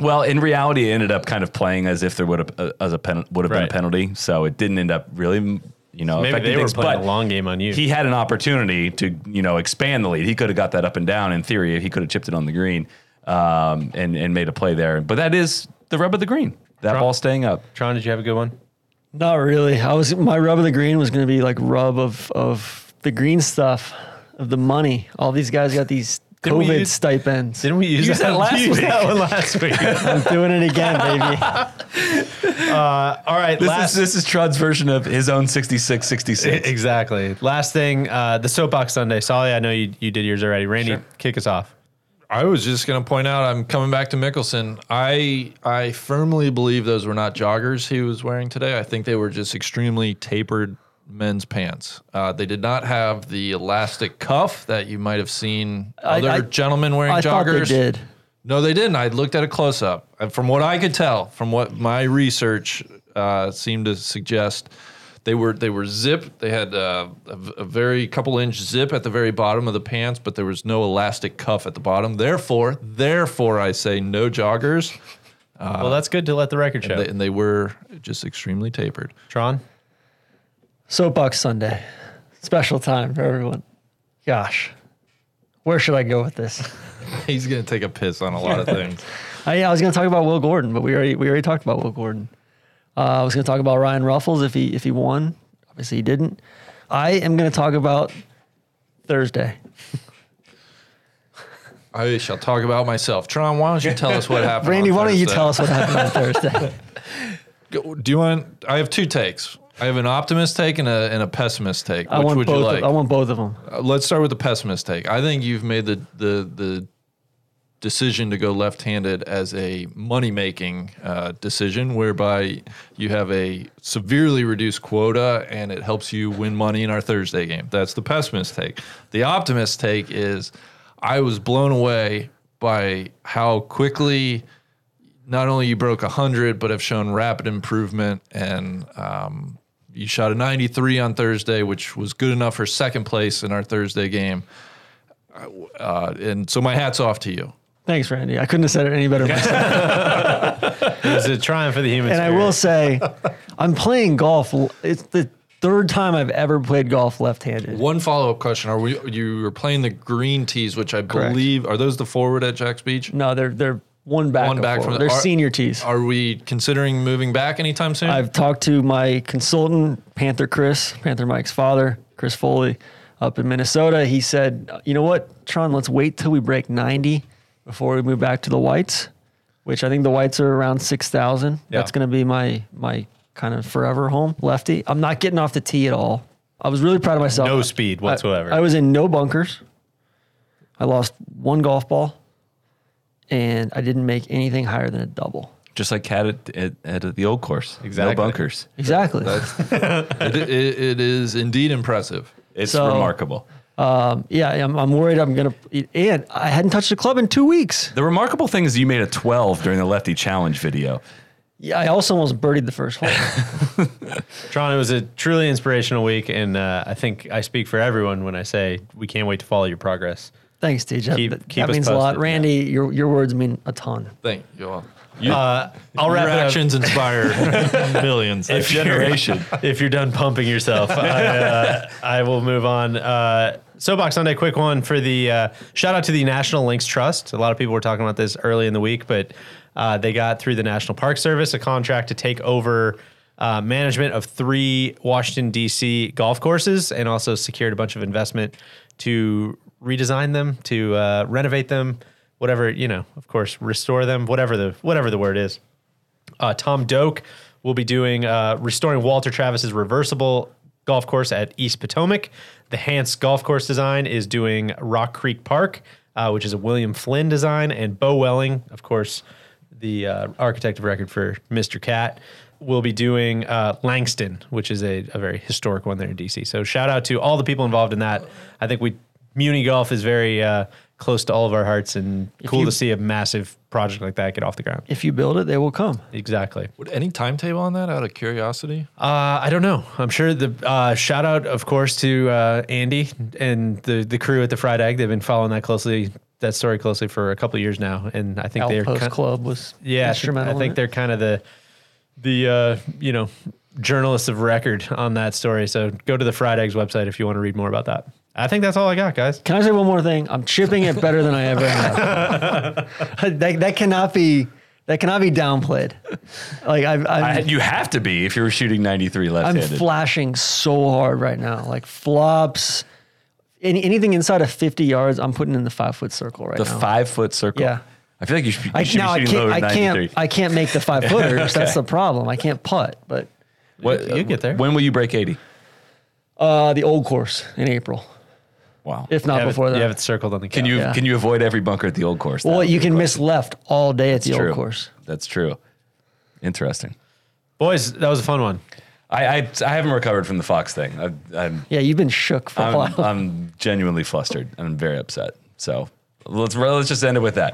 well, in reality, it ended up kind of playing as if there would have uh, as a pen, would have Right. been a penalty. So it didn't end up really, you know, Maybe affecting they were things, playing but a long game on you. He had an opportunity to you know expand the lead. He could have got that up and down. In theory, he could have chipped it on the green um, and and made a play there. But that is the rub of the green. That ball staying up. Tron, did you have a good one? Not really. I was my rub of the green was going to be like rub of of the green stuff, of the money. All these guys got these Didn't we COVID use- stipends. Didn't we use, Use that last use week. that one last week? I'm doing it again, baby. All right, This last is this is Trud's version of his own 66-66. E, Exactly. Last thing, uh, the soapbox Sunday. Solly, I know you, you did yours already. Randy, kick us off. I was just going to point out I'm coming back to Mickelson. I I firmly believe those were not joggers he was wearing today. I think they were just extremely tapered men's pants. Uh, they did not have the elastic cuff that you might have seen I- other I- gentlemen wearing I thought joggers. they did. No, they didn't. I looked at a close up. From what I could tell, from what my research uh, seemed to suggest, they were they were zip. They had uh, a, v- a very couple inch zip at the very bottom of the pants, but there was no elastic cuff at the bottom. Therefore, therefore, I say no joggers, well, that's good to let the record show. Uh, and, they, and they were just extremely tapered. Tron, Soapbox Sunday, special time for everyone. Gosh, where should I go with this? He's gonna take a piss on a lot of things. Uh, yeah, I was going to talk about Will Gordon, but we already we already talked about Will Gordon. Uh, I was going to talk about Ryan Ruffles if he if he won. Obviously, he didn't. I am going to talk about Thursday. I shall talk about myself. Tron, why don't you tell us what happened? Randy, on why don't you Thursday? tell us what happened on Thursday? Go- Do you want? I have two takes. I have an optimist take and a, and a pessimist take. I Which want would both. you of- like? I want both of them. Uh, Let's start with the pessimist take. I think you've made the the the decision to go left-handed as a money-making uh, decision, whereby you have a severely reduced quota and it helps you win money in our Thursday game. That's the pessimist take. The optimist take is, I was blown away by how quickly not only you broke 100 but have shown rapid improvement and um, you shot a 93 on thursday which was good enough for second place in our thursday game uh, and so my hat's off to you Thanks, Randy. I couldn't have said it any better myself. It's a triumph for the human and I spirit. will say, I'm playing golf. l- It's the third time I've ever played golf left-handed. One follow up question: Are we you were playing the green tees, which I believe are those the forward at Jack's Beach? No, they're they're one back. One and back forth. from the- they're are- senior tees. Are we considering moving back anytime soon? I've talked to my consultant, Panther Chris, Panther Mike's father, Chris Foley, up in Minnesota. He said, you know what, Tron, let's wait till we break 90 before we move back to the whites, which I think the whites are around 6,000. That's going to be my, my kind of forever home lefty. I'm not getting off the tee at all. I was really proud of myself. No speed I- whatsoever. I was in no bunkers. I lost one golf ball and I didn't make anything higher than a double. Just like Cat at, at, at the old course. Exactly. No bunkers. Exactly. it, it, it is indeed impressive. It's So- remarkable. Um, Yeah, I'm, I'm worried I'm going to. And I hadn't touched the club in two weeks. The remarkable thing is you made a 12 during the lefty challenge video. Yeah, I also almost birdied the first hole. Tron, it was a truly inspirational week, and uh, I think I speak for everyone when I say we can't wait to follow your progress. Thanks, DJ. Keep- that keep that us means a lot. posted, Randy, your, your words mean a ton. Thank you all. Uh, I'll wrap Your it up. actions inspire millions. if generation. if you're done pumping yourself, I, uh, I will move on. Uh, Soapbox Sunday, quick one for the uh, shout out to the National Links Trust. A lot of people were talking about this early in the week, but uh, they got through the National Park Service a contract to take over. Uh, management of three Washington D.C. golf courses, and also secured a bunch of investment to redesign them, to uh, renovate them, whatever you know. Of course, restore them, whatever the whatever the word is. Uh, Tom Doak will be doing uh, restoring Walter Travis's reversible golf course at East Potomac. The Hance Golf Course design is doing Rock Creek Park, uh, which is a William Flynn design, and Bo Welling, of course, the uh, architect of record for Mr. Cat, will be doing uh, Langston, which is a, a very historic one there in DC. So shout out to all the people involved in that. I think we Muni golf is very uh, close to all of our hearts, and cool you- to see a massive project like that get off the ground. If you build it, they will come. Exactly. Would any timetable on that out of curiosity? Uh, I don't know. I'm sure the uh, shout out, of course, to uh, Andy and the the crew at the Fried Egg. They've been following that closely, that story closely for a couple of years now, and I think they're Outpost kin- Club was yeah, I think- instrumental. I think in they're kind of the the uh, you know journalists of record on that story. So go to the Fried Eggs website if you want to read more about that. I think that's all I got, guys. Can I say one more thing? I'm chipping it better than I ever have. that, that cannot be. That cannot be downplayed. Like I've, I've I, you have to be if you're shooting 93 left I'm handed. flashing so hard right now. Like flops, any, anything inside of 50 yards, I'm putting in the five foot circle right the now. five foot circle. Yeah. I feel like you should, you I, should now I be shooting can't, lower I than 93. can't, I can't make the five footers. That's the problem. I can't putt, but What- you get there. When will you break 80? uh, the old course in April, Wow. if not You have it- before you have that. it circled on the. can you yeah. can you avoid every bunker at the old course? That well, would you be can a miss left all day at the question. old course. That's true. Interesting. boys? That was a fun one. I, I, I haven't recovered from the Fox thing. I, I'm Yeah, you've been shook for a while. I'm, I'm genuinely flustered. I'm very upset. So let's let's just end it with that.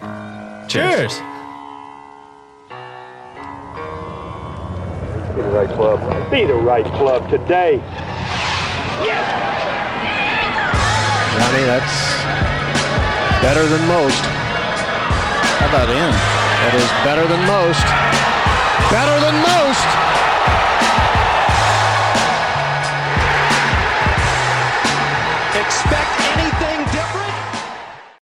Cheers. Cheers. Be the right club. Be the right club today. Johnny, that's better than most. How about him? That is better than most. Better than most.